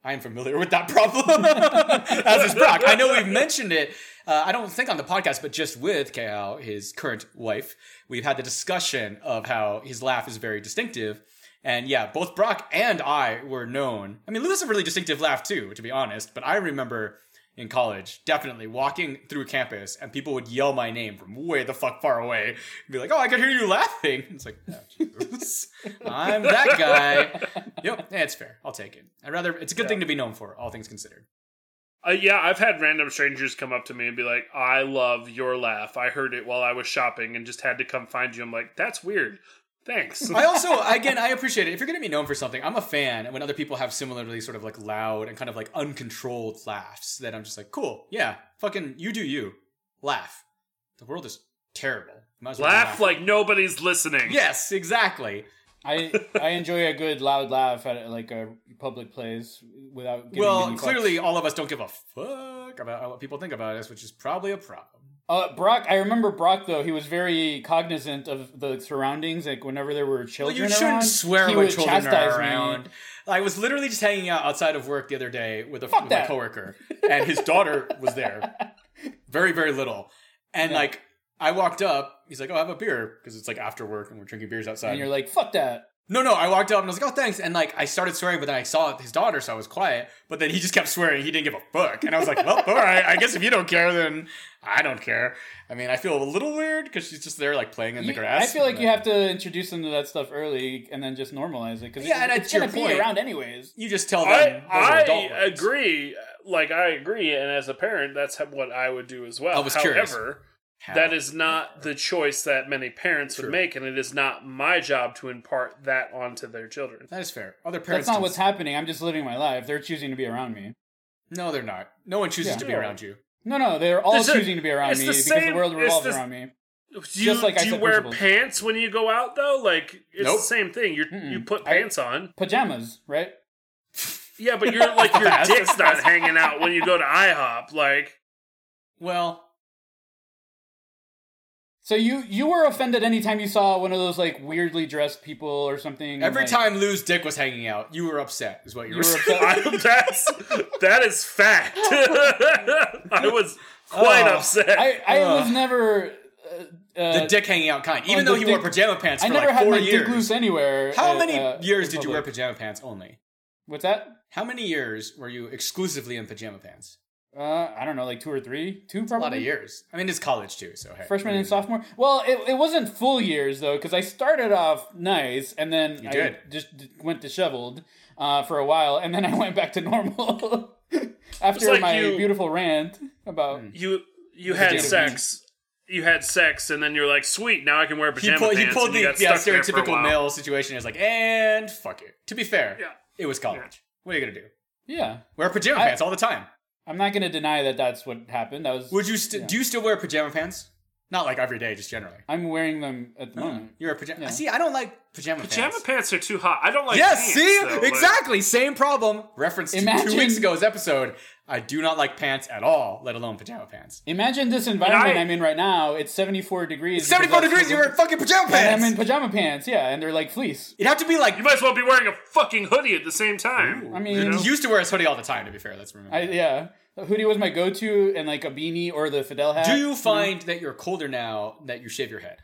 Speaker 2: I am familiar with that problem." <laughs> As is Brock. I know we've mentioned it. Uh, I don't think on the podcast, but just with KL, his current wife, we've had the discussion of how his laugh is very distinctive. And yeah, both Brock and I were known. I mean, Lou has a really distinctive laugh too, to be honest. But I remember in college, definitely walking through campus, and people would yell my name from way the fuck far away, and be like, "Oh, I can hear you laughing." <laughs> It's like, oh, Jesus. I'm that guy. Yep, yeah, it's fair. I'll take it. I'd rather. It's a good thing to be known for, all things considered.
Speaker 3: Uh, yeah, I've had random strangers come up to me and be like, "I love your laugh. I heard it while I was shopping and just had to come find you." I'm like, "That's weird."
Speaker 2: <laughs>
Speaker 3: Thanks.
Speaker 2: I also, again, I appreciate it. If you're going to be known for something, I'm a fan when other people have similarly sort of like loud and kind of like uncontrolled laughs that I'm just like, cool, yeah, fucking, you do you. Laugh. The world is terrible. Might as well be
Speaker 3: laugh
Speaker 2: laughing.
Speaker 3: like nobody's
Speaker 2: <laughs>
Speaker 3: listening.
Speaker 2: Yes, exactly.
Speaker 1: I I enjoy a good loud laugh at like a public place without. Giving
Speaker 2: Well,
Speaker 1: any fucks.
Speaker 2: clearly, all of us don't give a fuck about what people think about us, which is probably a problem.
Speaker 1: Uh, Brock. I remember Brock though. He was very cognizant of the surroundings. Like whenever there were
Speaker 2: Well,
Speaker 1: children,
Speaker 2: you shouldn't
Speaker 1: around,
Speaker 2: swear
Speaker 1: he
Speaker 2: when
Speaker 1: would
Speaker 2: children
Speaker 1: chastise
Speaker 2: are
Speaker 1: me.
Speaker 2: around. I was literally just hanging out outside of work the other day with a
Speaker 1: Fuck
Speaker 2: with
Speaker 1: that.
Speaker 2: my coworker, and his daughter was
Speaker 1: <laughs>
Speaker 2: there, very very little, and like I walked up, he's like, "Oh, have a beer," because it's like after work and we're drinking beers outside.
Speaker 1: And you're like, fuck that.
Speaker 2: no, no, I walked up and I was like, "Oh, thanks," and like I started swearing, but then I saw his daughter, so I was quiet. But then he just kept swearing; he didn't give a fuck, and I was
Speaker 1: <laughs>
Speaker 2: like, "Well, all right, I guess if you don't care, then I don't care." I mean, I feel a little weird because she's just there, like playing in the
Speaker 1: You-
Speaker 2: grass.
Speaker 1: I feel like
Speaker 2: but-
Speaker 1: you have to introduce them to that stuff early and then just normalize it because
Speaker 2: Yeah, and
Speaker 1: it's
Speaker 2: that's your
Speaker 1: gonna be
Speaker 2: point.
Speaker 1: around anyways.
Speaker 2: You just tell them.
Speaker 3: I
Speaker 2: those are adult
Speaker 3: I
Speaker 2: words.
Speaker 3: agree. Like I agree, and as a parent, that's how- what I would do as well.
Speaker 2: I was
Speaker 3: However,
Speaker 2: curious.
Speaker 3: that is not the choice that many parents
Speaker 2: True.
Speaker 3: would make, and it is not my job to impart that onto their children.
Speaker 2: that is fair. Other parents.
Speaker 1: That's not
Speaker 2: can-
Speaker 1: what's happening. I'm just living my life. They're choosing to be around me.
Speaker 2: No, they're not. No one chooses
Speaker 1: Yeah.
Speaker 2: to be around you.
Speaker 1: No, no, they're all
Speaker 3: There's a-
Speaker 1: choosing to be around
Speaker 3: it's
Speaker 1: me
Speaker 3: the
Speaker 1: because the
Speaker 3: same-
Speaker 1: world
Speaker 3: it's
Speaker 1: revolves
Speaker 3: the-
Speaker 1: around me.
Speaker 3: Do you,
Speaker 1: Just like I
Speaker 3: do you
Speaker 1: said,
Speaker 3: wear
Speaker 1: principles.
Speaker 3: pants when you go out though? Like it's
Speaker 2: Nope.
Speaker 3: the same thing. You
Speaker 1: Mm-mm.
Speaker 3: you put
Speaker 1: I-
Speaker 3: pants on.
Speaker 1: Pajamas, right?
Speaker 3: Yeah, but you're
Speaker 2: <laughs>
Speaker 3: like your
Speaker 2: That's-
Speaker 3: dick's not hanging
Speaker 2: <laughs>
Speaker 3: out when you go to IHOP. Like
Speaker 2: Well,
Speaker 1: So you you were offended anytime you saw one of those like weirdly dressed people or something.
Speaker 2: Every
Speaker 1: like,
Speaker 2: time Lou's dick was hanging out, you were upset, is what you,
Speaker 1: you
Speaker 2: were
Speaker 1: were
Speaker 2: saying.
Speaker 1: upset.
Speaker 3: that's that
Speaker 2: <laughs>
Speaker 3: is fact. <laughs> I was quite
Speaker 2: Oh,
Speaker 3: upset.
Speaker 1: I I
Speaker 2: Ugh.
Speaker 1: was never. Uh, uh,
Speaker 2: the dick hanging out kind. Even
Speaker 1: the
Speaker 2: though he wore
Speaker 1: dick-
Speaker 2: pajama pants
Speaker 1: I
Speaker 2: for
Speaker 1: never
Speaker 2: like
Speaker 1: had
Speaker 2: four
Speaker 1: my
Speaker 2: years.
Speaker 1: dick loose anywhere.
Speaker 2: How
Speaker 1: uh,
Speaker 2: many
Speaker 1: uh,
Speaker 2: years
Speaker 1: in
Speaker 2: did you wear
Speaker 1: public.
Speaker 2: pajama pants only?
Speaker 1: What's that?
Speaker 2: How many years were you exclusively in pajama pants?
Speaker 1: Uh, I don't know, like two or three, two
Speaker 2: A
Speaker 1: probably.
Speaker 2: lot of years. Mm. I mean, it's college too, so hey.
Speaker 1: Freshman and
Speaker 2: I mean,
Speaker 1: sophomore. Well, it, it wasn't full years though, because I started off nice and then
Speaker 2: You
Speaker 1: I
Speaker 2: did.
Speaker 1: just d- went disheveled uh, for a while, and then <laughs> I went back to normal <laughs> after
Speaker 3: like
Speaker 1: my
Speaker 3: you-
Speaker 1: beautiful rant about.
Speaker 2: Mm.
Speaker 3: you you
Speaker 2: Potato
Speaker 3: had sex. You had sex, and then you're like, "Sweet, now I can wear
Speaker 2: He,
Speaker 3: pajama
Speaker 2: pulled- he
Speaker 3: pants."
Speaker 2: pulled
Speaker 3: and you
Speaker 2: the
Speaker 3: got
Speaker 2: yeah,
Speaker 3: stuck there for a
Speaker 2: stereotypical
Speaker 3: while.
Speaker 2: male situation. Is like, and fuck it. To be fair,
Speaker 3: Yeah.
Speaker 2: it was college. What are you gonna do?
Speaker 1: Yeah,
Speaker 2: Wear pajama
Speaker 1: I-
Speaker 2: pants all the time.
Speaker 1: I'm not gonna deny that that's what happened. That was.
Speaker 2: Would you st- do you still wear pajama pants? Not like every day, just generally.
Speaker 1: I'm wearing them at the
Speaker 2: Mm.
Speaker 1: moment.
Speaker 2: You're a pajama.
Speaker 1: Mm. Yeah.
Speaker 2: See, I don't like pajama,
Speaker 3: Pajama
Speaker 2: pants.
Speaker 3: pants are too hot. I don't like.
Speaker 2: Yes,
Speaker 3: pants,
Speaker 2: see,
Speaker 3: though, like-
Speaker 2: exactly, same problem. Reference to two
Speaker 1: Imagine-
Speaker 2: weeks ago's episode. I do not like pants at all, let alone pajama pants.
Speaker 1: Imagine this environment
Speaker 3: I-
Speaker 1: I'm in right now. It's 74 degrees.
Speaker 2: It's 74
Speaker 1: because
Speaker 2: degrees. You were in fucking pajama
Speaker 1: And
Speaker 2: pants.
Speaker 1: I'm in pajama pants, yeah, and they're like fleece.
Speaker 2: You'd have to be like.
Speaker 3: you might as well be wearing a fucking hoodie at the same time.
Speaker 1: I mean,
Speaker 3: you know?
Speaker 2: He used to wear his hoodie all the time. To be fair, let's remember.
Speaker 1: I, yeah, the hoodie was my go-to, and like a beanie or the Fidel hat.
Speaker 2: Do you find that you're colder now that you shave your head?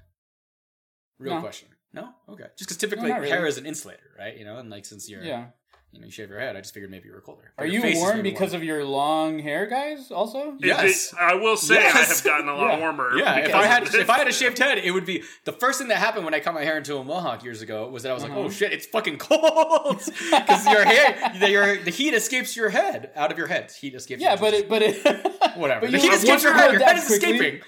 Speaker 2: Real
Speaker 1: No.
Speaker 2: question. No. Okay. Just because typically
Speaker 1: No, not
Speaker 2: hair
Speaker 1: really.
Speaker 2: is an insulator, right? You know, and like since you're,
Speaker 1: Yeah.
Speaker 2: you know, you shave your head, I just figured maybe you were colder.
Speaker 1: Are you warm because of your long hair, guys? Also,
Speaker 3: It-
Speaker 2: Yes.
Speaker 3: it- I will say I
Speaker 2: Yes. <laughs>
Speaker 3: have gotten a lot
Speaker 1: Yeah.
Speaker 3: warmer.
Speaker 2: Yeah, if I
Speaker 3: because
Speaker 2: had
Speaker 3: of this.
Speaker 2: if I
Speaker 1: <laughs>
Speaker 2: had a shaved head, it would be the first thing that happened when I cut my hair into a mohawk years ago was that I was like,
Speaker 1: Uh-huh.
Speaker 2: oh shit, it's
Speaker 1: <laughs>
Speaker 2: fucking cold because your hair, the, your the heat escapes your head out of your head. Heat escapes.
Speaker 1: yeah,
Speaker 2: your
Speaker 1: but
Speaker 2: juices.
Speaker 1: it, but it,
Speaker 2: <laughs> whatever.
Speaker 1: But
Speaker 2: the
Speaker 1: you
Speaker 2: heat
Speaker 1: were
Speaker 2: escapes your
Speaker 1: warmer
Speaker 2: head. Your
Speaker 1: that
Speaker 2: head is
Speaker 1: quickly.
Speaker 2: escaping.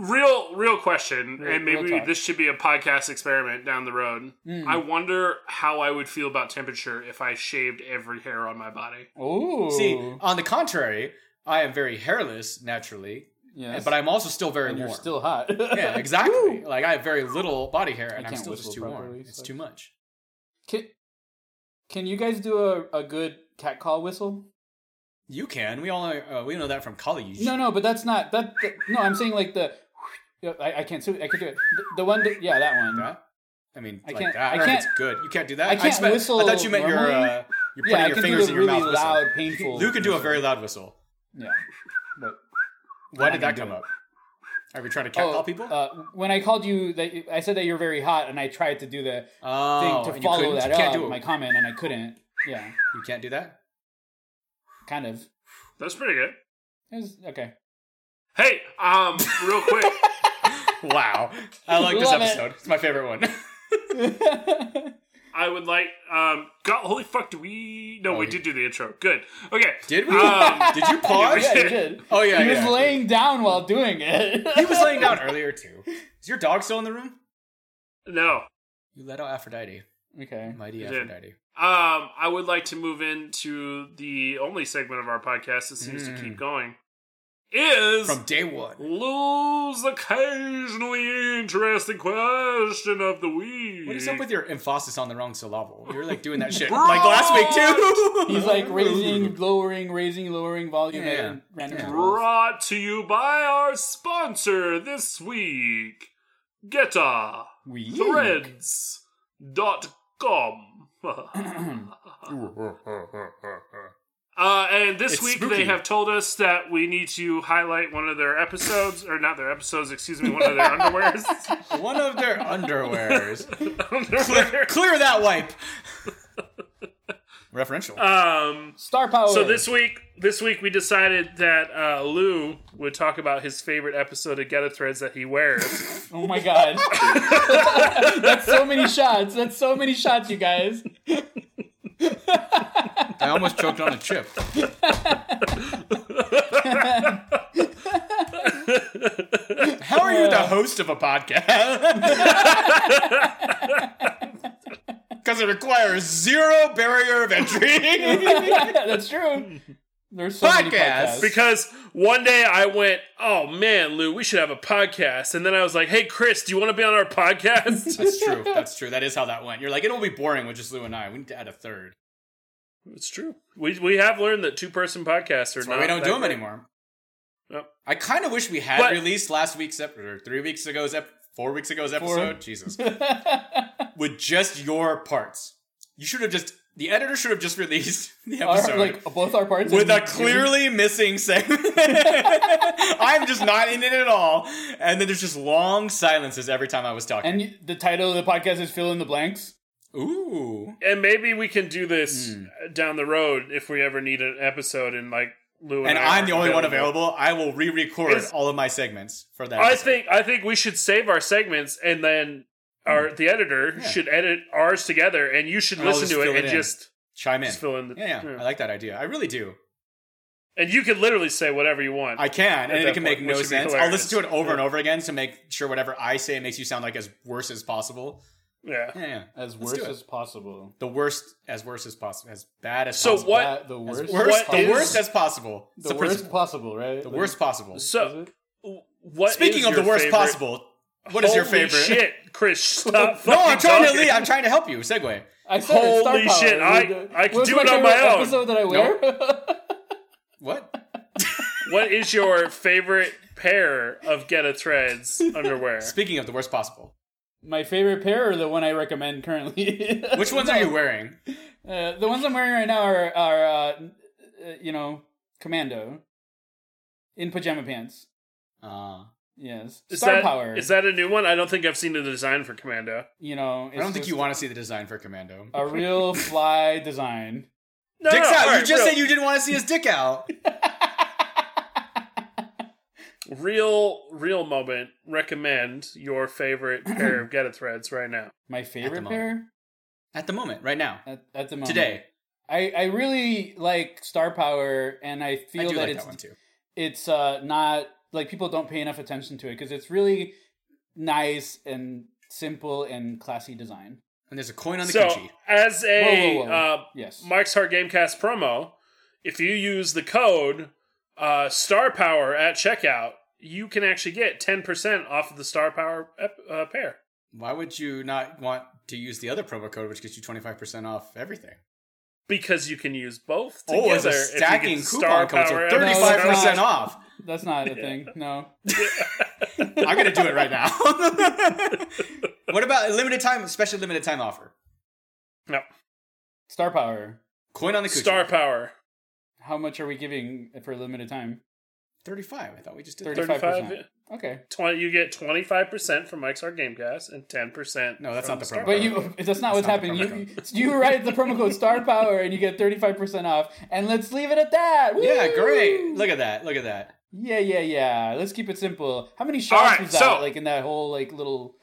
Speaker 3: real real question,
Speaker 1: Real-
Speaker 3: and
Speaker 1: real
Speaker 3: maybe
Speaker 1: talk. Hmm.
Speaker 3: this should be a podcast experiment down the road. I wonder how I would feel about temperature if I shaved every hair on my body.
Speaker 1: Ooh,
Speaker 2: See, on the contrary, I am very hairless naturally,
Speaker 1: yes.
Speaker 2: but I'm also still very
Speaker 1: and you're
Speaker 2: warm.
Speaker 1: still hot. <laughs>
Speaker 2: yeah, exactly. like I have very little body hair, and I'm
Speaker 1: can't
Speaker 2: still just
Speaker 1: whistle
Speaker 2: too warm.
Speaker 1: properly,
Speaker 2: It's
Speaker 1: so-
Speaker 2: too much.
Speaker 1: Can, can you guys do a, a good cat call whistle?
Speaker 2: You can. We all know, uh, we know that from college.
Speaker 1: No, no, but that's not that. that no, I'm saying like the. Yeah, I, I can't. do- I can do it. The, the one. That, yeah, that one.
Speaker 2: That? I mean,
Speaker 1: I
Speaker 2: like
Speaker 1: can't-
Speaker 2: that.
Speaker 1: I
Speaker 2: I if it's
Speaker 1: can't-
Speaker 2: good. You can't do that.
Speaker 1: I can't
Speaker 2: just meant-
Speaker 1: whistle
Speaker 2: I thought you meant your
Speaker 1: normally.
Speaker 2: uh, you're putting
Speaker 1: Yeah, I
Speaker 2: your
Speaker 1: can do
Speaker 2: fingers
Speaker 1: the
Speaker 2: in your
Speaker 1: really
Speaker 2: mouth. whistle.
Speaker 1: loud, painful.
Speaker 2: Lou can do a very loud whistle.
Speaker 1: Yeah. But
Speaker 2: Why did
Speaker 1: can
Speaker 2: that
Speaker 1: do
Speaker 2: come
Speaker 1: it.
Speaker 2: up? Are we trying to catcall people?
Speaker 1: Uh, when I called you, that I said that you're very hot, and I tried to do the
Speaker 2: oh,
Speaker 1: thing
Speaker 2: and
Speaker 1: to
Speaker 2: you
Speaker 1: follow
Speaker 2: couldn't-
Speaker 1: that
Speaker 2: you can't
Speaker 1: up,
Speaker 2: do it.
Speaker 1: my comment, and I couldn't. Yeah,
Speaker 2: You can't do
Speaker 1: <laughs>
Speaker 2: that.
Speaker 1: kind of.
Speaker 3: That's pretty good.
Speaker 1: It was, okay. <laughs>
Speaker 3: Hey, um, real quick,
Speaker 2: <laughs> Wow, I like this
Speaker 1: Love it.
Speaker 2: episode. It's my
Speaker 1: <laughs>
Speaker 2: favorite one.
Speaker 3: I would like um, God, holy fuck, do we? No,
Speaker 2: Oh,
Speaker 3: we
Speaker 2: you-
Speaker 3: did do the intro. Good. Okay.
Speaker 2: Did we?
Speaker 1: <laughs>
Speaker 3: Um,
Speaker 2: did you pause?
Speaker 1: yeah, you did.
Speaker 2: <laughs> Oh yeah,
Speaker 1: he was
Speaker 2: yeah.
Speaker 1: laying down while doing it.
Speaker 2: He was laying down earlier too. Is your dog still in the room?
Speaker 3: no.
Speaker 2: You let out Aphrodite,
Speaker 1: <laughs> Okay.
Speaker 2: mighty
Speaker 3: I did.
Speaker 2: Aphrodite.
Speaker 3: Um, I would like to move into the only segment of our podcast that seems to keep going. Is
Speaker 2: Hmm. From day one.
Speaker 3: Lou's occasionally interesting question of the week.
Speaker 2: What is up with your emphasis on the wrong syllable? You're like doing that <laughs> shit like last week <laughs> too.
Speaker 1: He's like raising, lowering, raising, lowering volume
Speaker 2: Yeah.
Speaker 1: and random intervals.
Speaker 3: Brought to you by our sponsor this week, Geta
Speaker 1: Weak.
Speaker 3: Threads.com. <laughs> Uh, and this
Speaker 2: It's
Speaker 3: week
Speaker 2: spooky.
Speaker 3: they have told us that we need to highlight one of their episodes, or not their episodes, excuse me, one of
Speaker 2: <laughs>
Speaker 3: their
Speaker 2: <laughs>
Speaker 3: underwears.
Speaker 2: One of their <laughs> underwears.
Speaker 3: Underwear.
Speaker 2: Clear that wipe. Referential.
Speaker 3: <laughs> um,
Speaker 1: Star power.
Speaker 3: so this week, this week we decided that uh, Lou would talk about his favorite episode of Geta Threads that
Speaker 2: <laughs>
Speaker 3: he wears.
Speaker 1: Oh my god. <laughs> That's so many shots. That's so many shots, you guys. <laughs>
Speaker 2: I almost choked on a chip. <laughs> How are you the host of a podcast? <laughs> Because it requires zero barrier of entry. <laughs>
Speaker 1: That's true. There's so many
Speaker 2: Podcast.
Speaker 1: podcasts.
Speaker 3: because one day I went, "Oh man, Lou, we should have a podcast," and then I was like, "Hey, Chris, do you want to be on our
Speaker 2: <laughs>
Speaker 3: podcast?"
Speaker 2: That's
Speaker 3: <laughs>
Speaker 2: true. That's true. That is how that went. You're like, it'll be boring with just Lou and I. We need to add a third.
Speaker 3: it's true. We we have learned that two person podcasts are
Speaker 2: That's
Speaker 3: not.
Speaker 2: why we don't
Speaker 3: that
Speaker 2: do them
Speaker 3: great.
Speaker 2: anymore.
Speaker 3: Yep.
Speaker 2: I kind of wish we had
Speaker 3: But-
Speaker 2: released last week's episode, or three weeks ago's episode, four weeks ago's episode. Jesus,
Speaker 3: <laughs>
Speaker 2: with just your parts. You should have just the editor should have just released <laughs> the
Speaker 1: <laughs>
Speaker 2: episode
Speaker 1: Our, like both our parts
Speaker 2: with
Speaker 1: are-
Speaker 2: a clearly missing segment. <laughs> I'm just not in it at all, and then there's just long silences every time I was talking.
Speaker 1: And the title of the podcast is fill in the blanks.
Speaker 2: Ooh,
Speaker 3: And maybe we can do this
Speaker 2: Mm.
Speaker 3: uh, down the road if we ever need an episode and like Lou and,
Speaker 2: and
Speaker 3: I
Speaker 2: I'm
Speaker 3: aren't
Speaker 2: the only one available. I will re-record
Speaker 3: It's-
Speaker 2: all of my segments for that.
Speaker 3: I
Speaker 2: episode.
Speaker 3: think I think we should save our segments and then our the editor
Speaker 2: Hmm. Yeah.
Speaker 3: should edit ours together and you should
Speaker 2: And I'll
Speaker 3: listen
Speaker 2: just
Speaker 3: to it
Speaker 2: fill it
Speaker 3: and
Speaker 2: in.
Speaker 3: just,
Speaker 2: chime in.
Speaker 3: just fill in the
Speaker 2: Yeah, yeah, I like that idea. I really do.
Speaker 3: and you can literally say whatever you want.
Speaker 2: I can,
Speaker 3: At
Speaker 2: and it
Speaker 3: that
Speaker 2: can make
Speaker 3: point, which
Speaker 2: no
Speaker 3: would be
Speaker 2: sense. I'll
Speaker 3: hilarious.
Speaker 2: listen to it over
Speaker 3: Yeah.
Speaker 2: and over again to make sure whatever I say makes you sound like as worse as possible.
Speaker 3: yeah.
Speaker 2: Yeah, yeah.
Speaker 1: As
Speaker 2: Let's do
Speaker 1: worse
Speaker 2: it.
Speaker 1: as possible.
Speaker 2: The worst as worse as possible, as bad as
Speaker 3: So
Speaker 2: possible.
Speaker 3: What-
Speaker 1: That- the
Speaker 2: As
Speaker 1: worst,
Speaker 2: worst,
Speaker 3: what
Speaker 2: the
Speaker 3: is-
Speaker 2: worst as possible. It's
Speaker 1: the
Speaker 2: a
Speaker 1: worst
Speaker 2: principle.
Speaker 1: possible, right?
Speaker 2: the
Speaker 1: Like,
Speaker 2: worst possible.
Speaker 3: So-
Speaker 1: is it?
Speaker 3: W- What
Speaker 2: Speaking
Speaker 3: is
Speaker 2: of the
Speaker 3: your
Speaker 2: worst
Speaker 3: favorite-
Speaker 2: possible, what is your
Speaker 3: Holy
Speaker 2: favorite?
Speaker 3: Shit, Chris,
Speaker 2: <laughs>
Speaker 3: stop.
Speaker 2: No, I'm
Speaker 3: fucking
Speaker 2: trying to
Speaker 3: talking.
Speaker 2: lead. I'm trying to help you. Segue.
Speaker 1: I said it's star
Speaker 3: Holy
Speaker 1: power.
Speaker 3: shit, I-
Speaker 1: Dude,
Speaker 3: I can
Speaker 1: what's
Speaker 3: do
Speaker 1: my
Speaker 3: it on
Speaker 1: favorite
Speaker 3: my own.
Speaker 1: Episode that I wear.
Speaker 3: <laughs>
Speaker 2: What?
Speaker 3: What is your favorite pair of
Speaker 2: <laughs>
Speaker 3: Geta Threads underwear?
Speaker 2: Speaking of the worst possible,
Speaker 1: <laughs> my favorite pair or the one I recommend currently.
Speaker 2: which ones are you wearing?
Speaker 1: Uh, the ones I'm wearing right now are are uh, n- uh, you know commando in pajama pants.
Speaker 2: Uh,
Speaker 1: Yes,
Speaker 3: Is
Speaker 1: star
Speaker 3: that,
Speaker 1: power.
Speaker 3: Is that a new one? I don't think I've seen the design for Commando.
Speaker 1: you know?
Speaker 2: I don't think you want to see the design for Commando. <laughs>
Speaker 1: a real fly design.
Speaker 3: No,
Speaker 2: Dick's
Speaker 3: no,
Speaker 2: out.
Speaker 3: all
Speaker 2: you
Speaker 3: right,
Speaker 2: just
Speaker 3: real,
Speaker 2: said you didn't want to see his dick out.
Speaker 3: real, real moment. Recommend
Speaker 2: <clears throat>
Speaker 3: your favorite pair of Geta Threads right now.
Speaker 1: My favorite
Speaker 2: moment.
Speaker 1: pair
Speaker 2: At the moment, right now,
Speaker 1: at, at the moment
Speaker 2: today.
Speaker 1: I, I really like star power, and I feel
Speaker 2: I do
Speaker 1: that
Speaker 2: like
Speaker 1: it's
Speaker 2: that one too.
Speaker 1: it's uh, not like people don't pay enough attention to it because it's really nice and simple and classy design.
Speaker 2: And there's a coin on the
Speaker 3: So,
Speaker 2: coochie.
Speaker 3: as a
Speaker 1: Whoa, whoa, whoa.
Speaker 3: Uh,
Speaker 1: Yes,
Speaker 3: Mike's Hard Gamecast promo, if you use the code uh, Star Power at checkout, you can actually get ten percent off of the Star Power ep- uh, pair.
Speaker 2: Why would you not want to use the other promo code, which gets you 25% off everything?
Speaker 3: Because you can use both together.
Speaker 2: Oh, as a
Speaker 3: if you get
Speaker 2: stacking
Speaker 3: Star
Speaker 2: coupon code, so
Speaker 3: Power Oh, at-
Speaker 2: 35%
Speaker 1: No,
Speaker 2: off.
Speaker 1: that's
Speaker 2: <laughs>
Speaker 1: not a thing. No,
Speaker 2: I'm going to do it right now. what about limited time, special limited time offer?
Speaker 3: No,
Speaker 1: star power.
Speaker 2: Coin on the coochie.
Speaker 3: Star Power.
Speaker 1: How much are we giving for a limited time?
Speaker 2: 35. I thought we just did
Speaker 1: 35.
Speaker 2: 35.
Speaker 3: 35
Speaker 1: Okay,
Speaker 3: 20 you get 25% from Mike's Our Gamecast and 10%
Speaker 2: No, that's
Speaker 3: from
Speaker 2: not the
Speaker 3: Star
Speaker 2: promo.
Speaker 1: but
Speaker 3: Power.
Speaker 1: you that's not
Speaker 2: That's
Speaker 1: what's
Speaker 2: Uh, not the
Speaker 1: happening.
Speaker 2: promo
Speaker 1: You you write the promo code star power and you get thirty five percent off. And let's leave it at that.
Speaker 2: Yeah,
Speaker 1: Woo!
Speaker 2: great. Look at that. Look at that.
Speaker 1: Yeah, yeah, yeah. Let's keep it simple. How many shots
Speaker 3: Alright,
Speaker 1: was that?
Speaker 3: so-
Speaker 1: like in that whole like little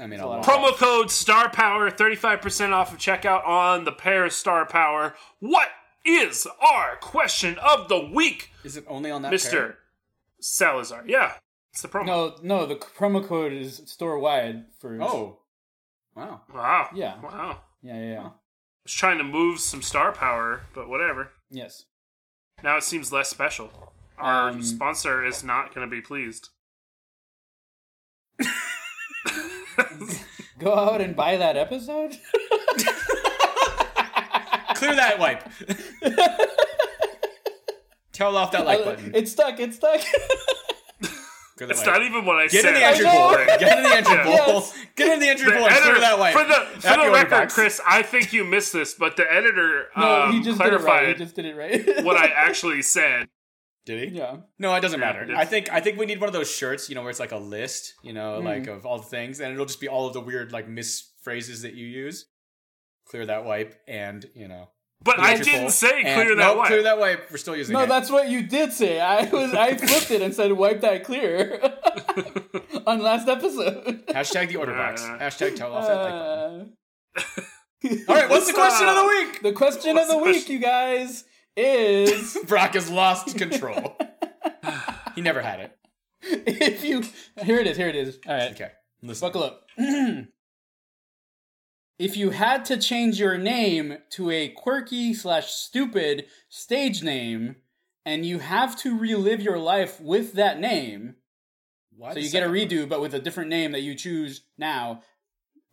Speaker 2: I mean,
Speaker 1: That's a
Speaker 2: a
Speaker 1: lot of
Speaker 2: lot.
Speaker 3: promo code star power 35% off of checkout on the pair of star power what is our question of the week
Speaker 2: Is it only on that
Speaker 3: mr
Speaker 2: pair?
Speaker 3: salazar yeah it's the promo
Speaker 1: No, no. The c- promo code is store wide for.
Speaker 2: Oh. Wow.
Speaker 3: wow
Speaker 1: Yeah.
Speaker 3: wow i
Speaker 1: yeah, yeah, yeah.
Speaker 3: was trying to move some star power but whatever
Speaker 1: Yes.
Speaker 3: now it seems less special our
Speaker 1: Um,
Speaker 3: sponsor is not going to be pleased
Speaker 1: Go out and buy that
Speaker 2: <laughs>
Speaker 1: episode.
Speaker 2: Clear that wipe. Tell off that like button.
Speaker 1: it's stuck. It's stuck. <laughs>
Speaker 2: Clear that
Speaker 3: it's
Speaker 2: wipe.
Speaker 3: not even what i
Speaker 2: Get in
Speaker 3: said
Speaker 2: the
Speaker 1: I
Speaker 2: entry
Speaker 1: know.
Speaker 2: bowl.
Speaker 3: <laughs>
Speaker 2: Get in the entry
Speaker 3: Yeah.
Speaker 2: bowl.
Speaker 1: Yes.
Speaker 2: Get in the entry
Speaker 3: The
Speaker 2: bowl and
Speaker 3: editor-
Speaker 2: clear that way.
Speaker 3: For the, for
Speaker 2: That'd
Speaker 3: the
Speaker 2: be way
Speaker 3: record,
Speaker 2: back.
Speaker 3: Chris, I think you missed this, but the editor
Speaker 1: No,
Speaker 3: um,
Speaker 1: he just did it right. He
Speaker 3: clarified
Speaker 1: just did it right. <laughs>
Speaker 3: what I actually said.
Speaker 2: Did he?
Speaker 1: yeah.
Speaker 2: No, it doesn't
Speaker 3: Yeah,
Speaker 2: matter.
Speaker 3: it is.
Speaker 2: I think I think we need one of those shirts, you know, where it's like a list, you know,
Speaker 3: Hmm.
Speaker 2: like of all the things, and it'll just be all of the weird like misphrases that you use. Clear that wipe, and you know,
Speaker 3: But
Speaker 2: the
Speaker 3: I
Speaker 2: entry bowl,
Speaker 3: didn't say
Speaker 2: and-
Speaker 3: clear that
Speaker 2: nope,
Speaker 3: way.
Speaker 2: Clear that wipe. We're still using
Speaker 1: No,
Speaker 2: it.
Speaker 1: that's what you did say. I was I flipped it and said wipe that
Speaker 2: <laughs>
Speaker 1: clear on last episode.
Speaker 2: Hashtag the order
Speaker 3: <laughs>
Speaker 2: box.
Speaker 3: Uh,
Speaker 2: Hashtag tell off that like button.
Speaker 1: Uh,
Speaker 2: All right, what's the
Speaker 3: What's
Speaker 2: question of
Speaker 3: up?
Speaker 2: the
Speaker 1: <laughs>
Speaker 2: week?
Speaker 1: the question
Speaker 3: What's
Speaker 1: of the,
Speaker 3: the
Speaker 1: week,
Speaker 3: question?
Speaker 1: you guys, is <laughs>
Speaker 2: Brock has lost control. he never had <laughs> it.
Speaker 1: if you here it is, here it is. All right.
Speaker 2: Okay, listen.
Speaker 1: Buckle up. <clears throat> if you had to change your name to a quirky slash stupid stage name, and you have to relive your life with that name,
Speaker 2: Why
Speaker 1: so
Speaker 2: the
Speaker 1: you get a
Speaker 2: second one?
Speaker 1: redo, but with a different name that you choose now,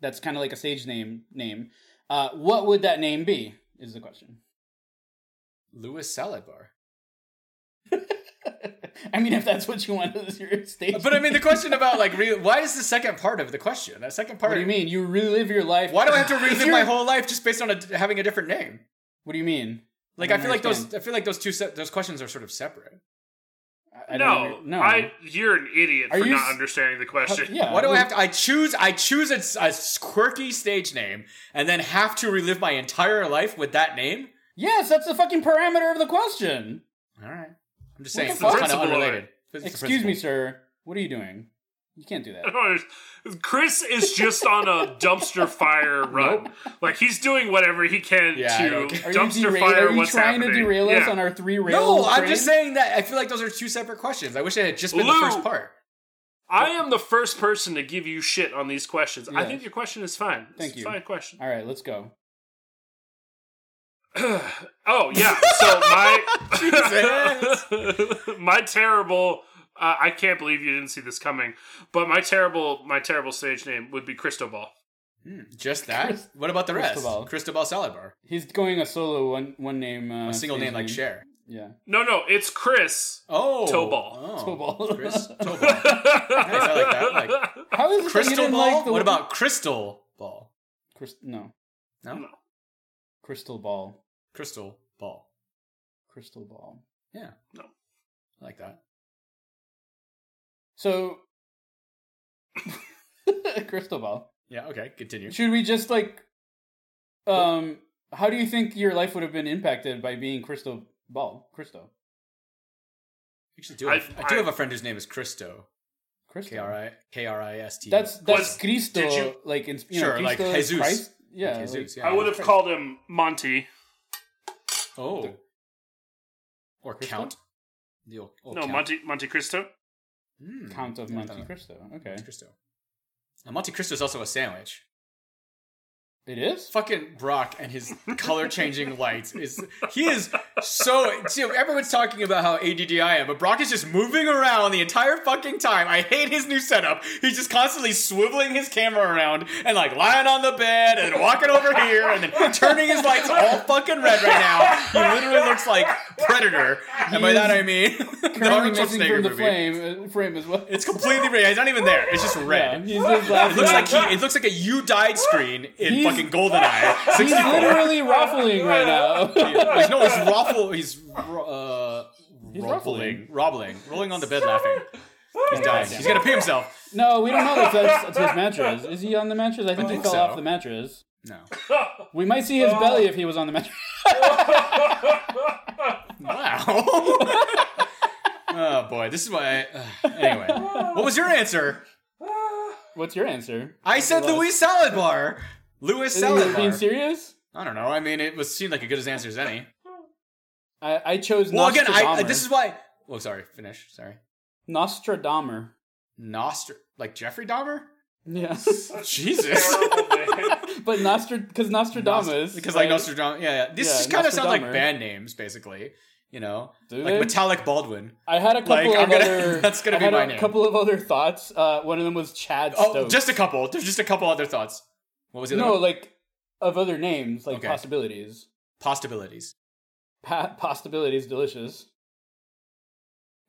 Speaker 1: that's kind of like a stage name name. Uh, what would that name be? Is the question.
Speaker 2: Lewis Salad Bar.
Speaker 1: <laughs> I mean, if that's what you want <laughs> as your station.
Speaker 2: But I mean, the question about like re- why is the second part of the question? That second part.
Speaker 1: what do you mean? You relive your life.
Speaker 2: Why do
Speaker 1: <laughs>
Speaker 2: I have to relive
Speaker 1: You're-
Speaker 2: my whole life just based on a, having a different name?
Speaker 1: What do you mean?
Speaker 2: Like I,
Speaker 1: don't
Speaker 2: feel like
Speaker 1: understand.
Speaker 2: those. I feel like those two. Se- those questions are sort of separate.
Speaker 1: I don't
Speaker 3: no,
Speaker 1: under- no.
Speaker 3: I you're an idiot
Speaker 1: Are
Speaker 3: for
Speaker 1: you
Speaker 3: not
Speaker 1: s-
Speaker 3: understanding the question.
Speaker 1: <laughs>
Speaker 3: <laughs>
Speaker 1: yeah.
Speaker 2: Why do I
Speaker 1: we-
Speaker 2: have to? I choose. I choose a, a quirky stage name and then have to relive my entire life with that name.
Speaker 1: Yes, that's the fucking parameter of the question.
Speaker 2: All right. I'm just
Speaker 1: What
Speaker 2: saying
Speaker 1: the
Speaker 2: it's kind of
Speaker 3: fuck?
Speaker 2: unrelated. It's the
Speaker 1: Excuse me,
Speaker 2: principle.
Speaker 1: sir. What are you doing? You can't
Speaker 2: <laughs>
Speaker 1: do that.
Speaker 3: I don't understand. Chris is just on a dumpster fire run. Like he's doing whatever he can
Speaker 2: Yeah, I
Speaker 3: to
Speaker 2: don't care.
Speaker 1: Are
Speaker 3: dumpster
Speaker 1: you, dera-
Speaker 3: fire
Speaker 1: are you
Speaker 3: what's
Speaker 1: trying
Speaker 3: happening.
Speaker 1: to derail us
Speaker 3: Yeah.
Speaker 1: on our three rails?
Speaker 2: No, I'm just saying that I feel like those are two separate questions. I wish it had just been
Speaker 3: Lou!
Speaker 2: the first part.
Speaker 3: I am the first person to give you shit on these questions. I
Speaker 1: Yes.
Speaker 3: think your question is fine. It's
Speaker 1: Thank
Speaker 3: a
Speaker 1: you.
Speaker 3: Fine question.
Speaker 1: All right, let's go.
Speaker 3: <clears throat> Oh yeah. So my <laughs> my terrible. Uh, I can't believe you didn't see this coming. But my terrible my terrible stage name would be Cristobal.
Speaker 2: Hmm, just that.
Speaker 1: Chris-
Speaker 2: what about the rest?
Speaker 1: Cristobal.
Speaker 2: Cristobal, Cristobal Salibar.
Speaker 1: He's going a solo one one name. Uh,
Speaker 2: A single
Speaker 1: stage
Speaker 2: name like Cher.
Speaker 1: Yeah.
Speaker 3: No, no, it's Chris.
Speaker 2: Oh,
Speaker 3: Tobal.
Speaker 2: Oh.
Speaker 1: Tobal. <laughs>
Speaker 2: Chris Tobal. <laughs> Nice, I like that. I like
Speaker 3: <laughs>
Speaker 2: that.
Speaker 1: How is it that you
Speaker 2: Crystal
Speaker 1: didn't
Speaker 2: ball.
Speaker 1: like the
Speaker 2: what about crystal ball?
Speaker 1: Chris- no
Speaker 2: No,
Speaker 3: No.
Speaker 1: crystal ball?
Speaker 2: crystal ball.
Speaker 1: Crystal ball.
Speaker 2: Yeah,
Speaker 3: No.
Speaker 2: I like that.
Speaker 1: So <laughs> crystal ball.
Speaker 2: Yeah. Okay. Continue.
Speaker 1: Should we just like um how do you think your life would have been impacted by being crystal ball? Crystal.
Speaker 2: Actually, do have,
Speaker 3: I-
Speaker 2: I, do
Speaker 3: I-
Speaker 2: have a friend whose name is Christo.
Speaker 1: Crystal.
Speaker 2: K R I K R I S T.
Speaker 1: That's that's
Speaker 3: Was-
Speaker 1: Cristo
Speaker 3: did you-
Speaker 1: like in you
Speaker 2: Sure,
Speaker 1: know,
Speaker 2: like
Speaker 1: Cristo is
Speaker 2: Jesus.
Speaker 1: Christ? Yeah. like-
Speaker 2: Jesus, yeah.
Speaker 3: I would have called him Monty.
Speaker 2: Oh. Or
Speaker 1: Crystal?
Speaker 2: count. The old, old
Speaker 3: No,
Speaker 2: count.
Speaker 3: Monte Monte Cristo. <laughs>
Speaker 2: Hmm.
Speaker 1: Count of
Speaker 2: Yeah, I
Speaker 1: Monte
Speaker 2: thought-
Speaker 1: Cristo. Okay.
Speaker 2: Monte Cristo. Now, Monte Cristo is also a sandwich.
Speaker 1: It is?
Speaker 2: Fucking Brock and his color changing
Speaker 1: <laughs>
Speaker 2: lights is he is so. See, everyone's talking about how ADD I am, but Brock is just moving around the entire fucking time. I hate his new setup. He's just constantly swiveling his camera around and like lying on the bed and walking over here and then turning his lights all fucking red right now. He literally looks like Predator, and by that I mean the
Speaker 1: Currently
Speaker 2: <laughs> Arnold
Speaker 1: missing
Speaker 2: Schwarzenegger
Speaker 1: from the
Speaker 2: movie.
Speaker 1: flame, uh, frame as
Speaker 2: <laughs>
Speaker 1: well.
Speaker 2: It's completely red. He's not even there. It's just
Speaker 1: Yeah,
Speaker 2: red. <laughs>
Speaker 1: he's just laughing.
Speaker 2: It looks like he, it looks like a you died screen in
Speaker 1: He's-
Speaker 2: fucking GoldenEye.
Speaker 1: <laughs> He's
Speaker 2: 64.
Speaker 1: literally ruffling
Speaker 2: <laughs>
Speaker 1: right <laughs> now.
Speaker 2: He's- no, he's raffle. He's uh,
Speaker 1: He's
Speaker 2: ruffling, robbling, rolling on the bed, laughing. He's dying.
Speaker 1: Yeah.
Speaker 2: He's gonna pee himself.
Speaker 1: No, we don't know if
Speaker 2: <laughs>
Speaker 1: that's, that's his mattress. Is he on the mattress? I think he
Speaker 2: think
Speaker 1: fell
Speaker 2: so.
Speaker 1: off the mattress. <laughs>
Speaker 2: No.
Speaker 1: We might see his belly if he was on the mattress. <laughs>
Speaker 2: Wow. <laughs> oh boy, this is why. I, uh, anyway, what was your answer?
Speaker 1: What's your answer?
Speaker 2: I said Louis Salad Bar. Louis
Speaker 1: Is he
Speaker 2: Salad
Speaker 1: being
Speaker 2: Bar.
Speaker 1: serious?
Speaker 2: I don't know. I mean, it was seemed like a good as answer as any.
Speaker 1: I, I chose
Speaker 2: Well, again,
Speaker 1: Nostradamer.
Speaker 2: I, this is why. Oh, sorry. Finish. Sorry.
Speaker 1: Nostradamer.
Speaker 2: Nostr like Jeffrey Dahmer.
Speaker 1: Yeah.
Speaker 2: <laughs> Jesus.
Speaker 1: but Nostrad because Nostradamus.
Speaker 2: Because like Nostradamus, yeah, yeah. This
Speaker 1: Yeah,
Speaker 2: just kind of sounds like
Speaker 1: Nostradamer.
Speaker 2: band names, basically. You know,
Speaker 1: Do
Speaker 2: like
Speaker 1: they?
Speaker 2: Metallic Baldwin.
Speaker 1: I had a couple
Speaker 2: like,
Speaker 1: of
Speaker 2: I'm gonna-
Speaker 1: other.
Speaker 2: <laughs> that's gonna
Speaker 1: I
Speaker 2: be
Speaker 1: had
Speaker 2: my
Speaker 1: a
Speaker 2: name.
Speaker 1: couple of other thoughts. Uh, one of them was Chad
Speaker 2: Oh,
Speaker 1: Stokes.
Speaker 2: just a couple. There's just a couple other thoughts. What was the other
Speaker 1: no,
Speaker 2: one?
Speaker 1: like of other names, like
Speaker 2: Okay.
Speaker 1: possibilities.
Speaker 2: Postabilities.
Speaker 1: Pa- possibilities delicious.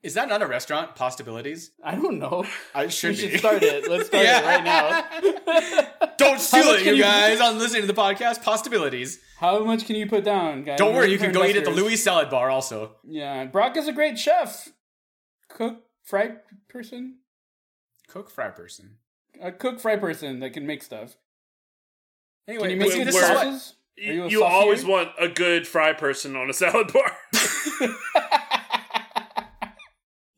Speaker 2: Is that not a restaurant? Postabilities.
Speaker 1: I don't know.
Speaker 2: I <laughs> should
Speaker 1: we
Speaker 2: be.
Speaker 1: should start it. Let's start it right now.
Speaker 2: now. <laughs> Don't steal
Speaker 1: much
Speaker 2: it,
Speaker 1: can
Speaker 2: you
Speaker 1: you-
Speaker 2: guys. I'm listening to the podcast. Postabilities.
Speaker 1: <laughs> How much can you put down, guys?
Speaker 2: Don't
Speaker 1: We're
Speaker 2: worry, you
Speaker 1: looking
Speaker 2: can
Speaker 1: for
Speaker 2: go eat at the
Speaker 1: investors.
Speaker 2: Louis Salad Bar also.
Speaker 1: Yeah, Brock is a great chef, cook, fry person,
Speaker 2: Cook fry person.
Speaker 1: a cook fry person that can make stuff.
Speaker 2: Anyway,
Speaker 1: Can you make
Speaker 2: this-
Speaker 3: wait,
Speaker 1: good
Speaker 2: this is
Speaker 3: where-
Speaker 2: what-
Speaker 1: sauces? <laughs> Are you
Speaker 3: You,
Speaker 1: a
Speaker 3: you
Speaker 1: saucier?
Speaker 3: always
Speaker 1: <laughs>
Speaker 3: want a good fry person on a salad bar.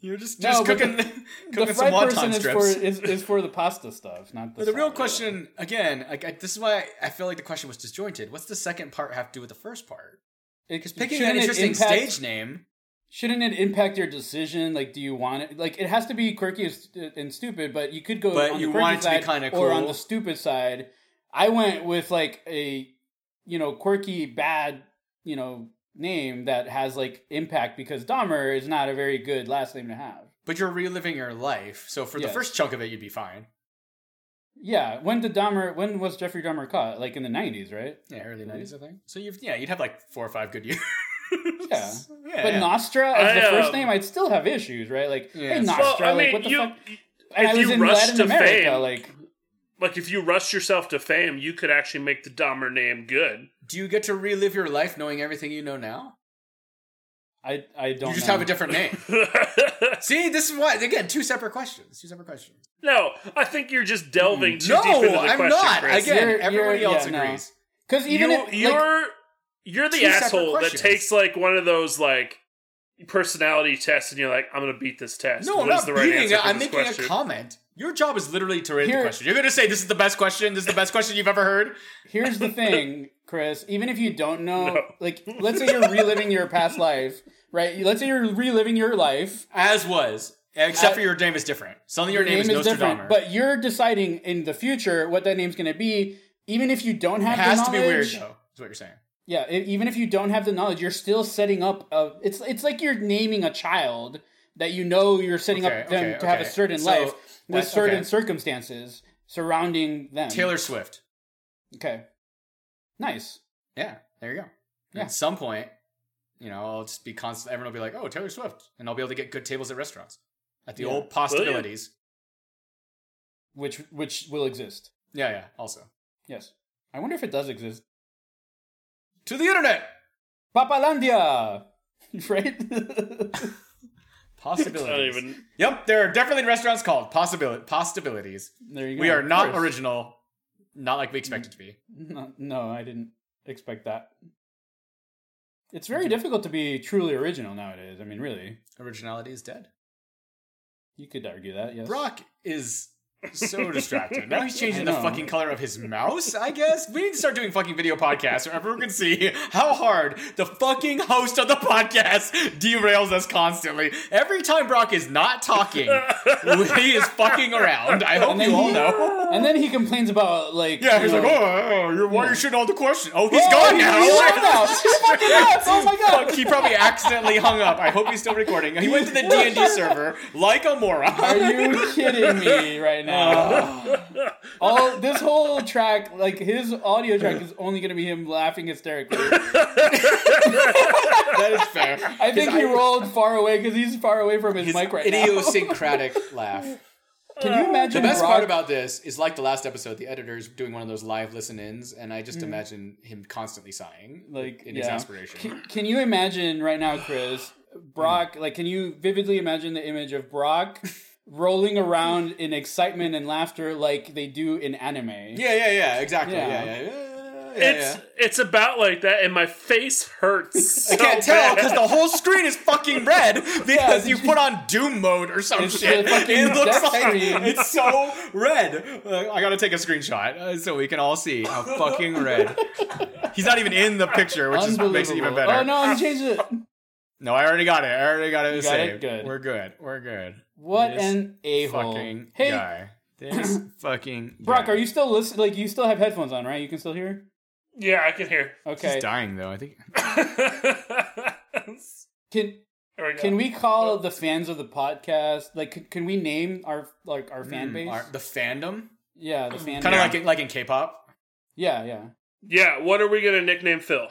Speaker 2: You're just,
Speaker 1: No,
Speaker 2: just
Speaker 1: but
Speaker 2: cooking, <laughs>
Speaker 1: The
Speaker 2: cooking
Speaker 1: fry
Speaker 2: some
Speaker 1: person
Speaker 2: wonton
Speaker 1: is
Speaker 2: strips.
Speaker 1: for is, is for the pasta stuff, not the.
Speaker 2: But the real
Speaker 1: salad.
Speaker 2: question, again, like I, this is why I feel like the question was disjointed. What's the second part have to do with the first part?
Speaker 1: It-
Speaker 2: Because picking
Speaker 1: shouldn't
Speaker 2: an
Speaker 1: it
Speaker 2: interesting
Speaker 1: impact-
Speaker 2: stage name,
Speaker 1: shouldn't it impact your decision? Like, do you want it? Like, it has to be quirky and st- and stupid, but you could go
Speaker 2: But
Speaker 1: on
Speaker 2: you
Speaker 1: the quirky
Speaker 2: want it to be
Speaker 1: side
Speaker 2: kinda
Speaker 1: or on
Speaker 2: cool.
Speaker 1: the stupid side. I went with like a you know quirky bad you know name that has like impact because Dahmer is not a very good last name to have.
Speaker 2: but you're reliving your life. So for
Speaker 1: Yes.
Speaker 2: the first chunk of it, you'd be fine.
Speaker 1: Yeah, when did Dahmer? When was Jeffrey Dahmer caught? Like in the nineties, right?
Speaker 2: Mm-hmm. Yeah, early nineties, I think. So you've yeah, you'd have like four or five good years.
Speaker 1: <laughs> Yeah.
Speaker 2: <laughs> Yeah,
Speaker 1: But
Speaker 2: yeah.
Speaker 1: Nostra as
Speaker 3: I,
Speaker 1: the first
Speaker 3: um,
Speaker 1: name, I'd still have issues, right? Like,
Speaker 2: Yeah.
Speaker 1: hey,
Speaker 2: Well,
Speaker 1: Nostra,
Speaker 3: Well, I
Speaker 1: like,
Speaker 3: mean,
Speaker 1: what the
Speaker 3: you
Speaker 1: fuck?
Speaker 3: if
Speaker 1: And I was
Speaker 3: you
Speaker 1: in
Speaker 3: rush
Speaker 1: Latin
Speaker 3: to
Speaker 1: America,
Speaker 3: fame-
Speaker 1: like,
Speaker 3: like if you rust yourself to fame, you could actually make the Dahmer name good. <laughs>
Speaker 2: Do you get to relive your life knowing everything you know now?
Speaker 1: I, I don't
Speaker 2: you just
Speaker 1: know.
Speaker 2: have a different name.
Speaker 1: <laughs>
Speaker 2: See, this is why again two separate questions. Two separate questions.
Speaker 3: no, I think you're just delving too
Speaker 2: no,
Speaker 3: deep into the
Speaker 2: I'm
Speaker 3: question,
Speaker 2: not.
Speaker 3: Chris.
Speaker 2: Again,
Speaker 1: You're-
Speaker 2: everybody
Speaker 1: you're-
Speaker 2: else
Speaker 1: yeah, no.
Speaker 2: agrees.
Speaker 1: Because even
Speaker 3: you,
Speaker 1: if,
Speaker 2: <laughs>
Speaker 1: like,
Speaker 3: you're you're the
Speaker 2: Two separate
Speaker 3: asshole that
Speaker 2: questions.
Speaker 3: takes like one of those like personality tests, and you're like, I'm gonna beat this test.
Speaker 2: No,
Speaker 3: What
Speaker 2: I'm
Speaker 3: is
Speaker 2: not
Speaker 3: the right
Speaker 2: beating
Speaker 3: answer
Speaker 2: it.
Speaker 3: for
Speaker 2: I'm
Speaker 3: this
Speaker 2: making
Speaker 3: question?
Speaker 2: a comment. Your job is literally to rate
Speaker 1: Here-
Speaker 2: the question. You're going to say this is the best question. This is the best question you've ever heard.
Speaker 1: Here's the thing, Chris. Even if you don't know,
Speaker 3: No.
Speaker 1: like, let's say you're reliving your past life, right? Let's say you're reliving your life.
Speaker 2: As was, except
Speaker 1: Uh,
Speaker 2: for your name is different. Something your, name, is, Nostradamus.
Speaker 1: different, but you're deciding in the future what that name's going to be. Even if you don't
Speaker 2: it
Speaker 1: have
Speaker 2: has
Speaker 1: the
Speaker 2: to be
Speaker 1: knowledge,
Speaker 2: weird, though. Is what you're saying.
Speaker 1: yeah. e- Even if you don't have the knowledge, you're still setting up a. It's it's like you're naming a child that you know you're setting
Speaker 2: Okay,
Speaker 1: up them
Speaker 2: okay,
Speaker 1: to have a
Speaker 2: okay.
Speaker 1: certain
Speaker 2: So,
Speaker 1: life with
Speaker 2: that's-
Speaker 1: certain
Speaker 2: okay.
Speaker 1: circumstances surrounding them.
Speaker 2: Taylor Swift.
Speaker 1: Okay. Nice.
Speaker 2: Yeah, there you go.
Speaker 1: Yeah.
Speaker 2: At some point, you know, I'll just be constant. Everyone will be like, "Oh, Taylor Swift," and I'll be able to get good tables at restaurants. At the
Speaker 1: Yeah.
Speaker 2: old possibilities.
Speaker 1: Which which will exist.
Speaker 2: Yeah, yeah. Also
Speaker 1: Yes. I wonder if it does exist.
Speaker 2: to the internet.
Speaker 1: Papalandia, <laughs> right?
Speaker 3: <laughs> I don't
Speaker 2: Possibilities.
Speaker 3: even.
Speaker 2: Yep, there are definitely restaurants called possibility possibilities.
Speaker 1: there you go.
Speaker 2: we are not
Speaker 1: Of course.
Speaker 2: original, not like we expect it to be.
Speaker 1: No, no, I didn't expect that. It's very difficult to be truly original nowadays. I mean, really,
Speaker 2: Originality is dead.
Speaker 1: you could argue that. Yes.
Speaker 2: Brock is
Speaker 1: <laughs>
Speaker 2: so distracted. Now he's changing the
Speaker 1: I know.
Speaker 2: fucking color of his mouse, I guess. We need to start doing fucking video podcasts so everyone can see how hard the fucking host of the podcast derails us constantly. Every time Brock is not talking, he is fucking around. I hope
Speaker 1: And then
Speaker 2: you all
Speaker 1: he-
Speaker 2: know.
Speaker 1: And then he complains about like.
Speaker 2: Yeah, he's
Speaker 1: you
Speaker 2: like,
Speaker 1: know,
Speaker 2: oh, you're, why are you shooting all the question? Oh, he's
Speaker 1: "Oh,
Speaker 2: gone
Speaker 1: he's-
Speaker 2: now.
Speaker 1: he's gone
Speaker 2: <laughs>
Speaker 1: now. He's fucking left. Oh my god.
Speaker 2: Fuck, he probably accidentally hung up. I hope he's still recording. He went to the D
Speaker 1: <laughs>
Speaker 2: and D server like a moron.
Speaker 1: Are you kidding me right now? All this whole track, like his audio track, is only gonna be him laughing hysterically.
Speaker 2: <laughs> that is fair.
Speaker 1: I think he rolled far away because he's far away from his, mic right now.
Speaker 2: idiosyncratic <laughs> laugh.
Speaker 1: Can you imagine?
Speaker 2: The best
Speaker 1: Brock-
Speaker 2: part about this is like the last episode, the editor is doing one of those live listen-ins, and I just imagine him constantly sighing,
Speaker 1: like
Speaker 2: in
Speaker 1: yeah.
Speaker 2: exasperation.
Speaker 1: Can, can you imagine right now, Chris? Brock, like, can you vividly imagine the image of Brock rolling around in excitement and laughter like they do in anime?
Speaker 2: Yeah, yeah, yeah, exactly. Yeah,
Speaker 1: Yeah.
Speaker 2: yeah, yeah. yeah,
Speaker 3: It's
Speaker 2: yeah.
Speaker 3: it's about like that, and my face
Speaker 2: <laughs>
Speaker 3: hurts.
Speaker 2: I
Speaker 3: so
Speaker 2: can't tell
Speaker 3: bad.
Speaker 2: because the whole screen is fucking <laughs> red because
Speaker 1: did
Speaker 2: you
Speaker 1: you-
Speaker 2: put on Doom mode or some
Speaker 1: It's
Speaker 2: shit.
Speaker 1: the fucking
Speaker 2: It looks
Speaker 1: death
Speaker 2: like
Speaker 1: screen.
Speaker 2: it's so red. Uh, I gotta take a screenshot uh, so we can all see how fucking red. He's not even in the picture, which is,
Speaker 1: Unbelievable.
Speaker 2: makes it even better.
Speaker 1: Oh no, he changed it.
Speaker 2: No, I already got it. I already got it
Speaker 1: got it?
Speaker 2: saved.
Speaker 1: Good.
Speaker 2: We're good. We're good.
Speaker 1: What
Speaker 2: This
Speaker 1: an a hole.
Speaker 2: Fucking
Speaker 1: Hey,
Speaker 2: guy.
Speaker 1: <clears throat>
Speaker 2: This fucking
Speaker 1: Brock,
Speaker 2: guy.
Speaker 1: are you still listening? Like, you still have headphones on, right? You can still hear.
Speaker 3: <laughs> yeah, I can hear.
Speaker 1: Okay.
Speaker 2: He's dying though. I think.
Speaker 1: Can
Speaker 3: There we go.
Speaker 1: can we call the fans of the podcast? Like, can, can we name our like our fan base?
Speaker 2: Our- the fandom,
Speaker 1: yeah, the fan.
Speaker 2: kind
Speaker 1: base.
Speaker 2: of Mm. like in, like in K-pop.
Speaker 1: yeah, yeah.
Speaker 3: Yeah, what are we gonna nickname Phil?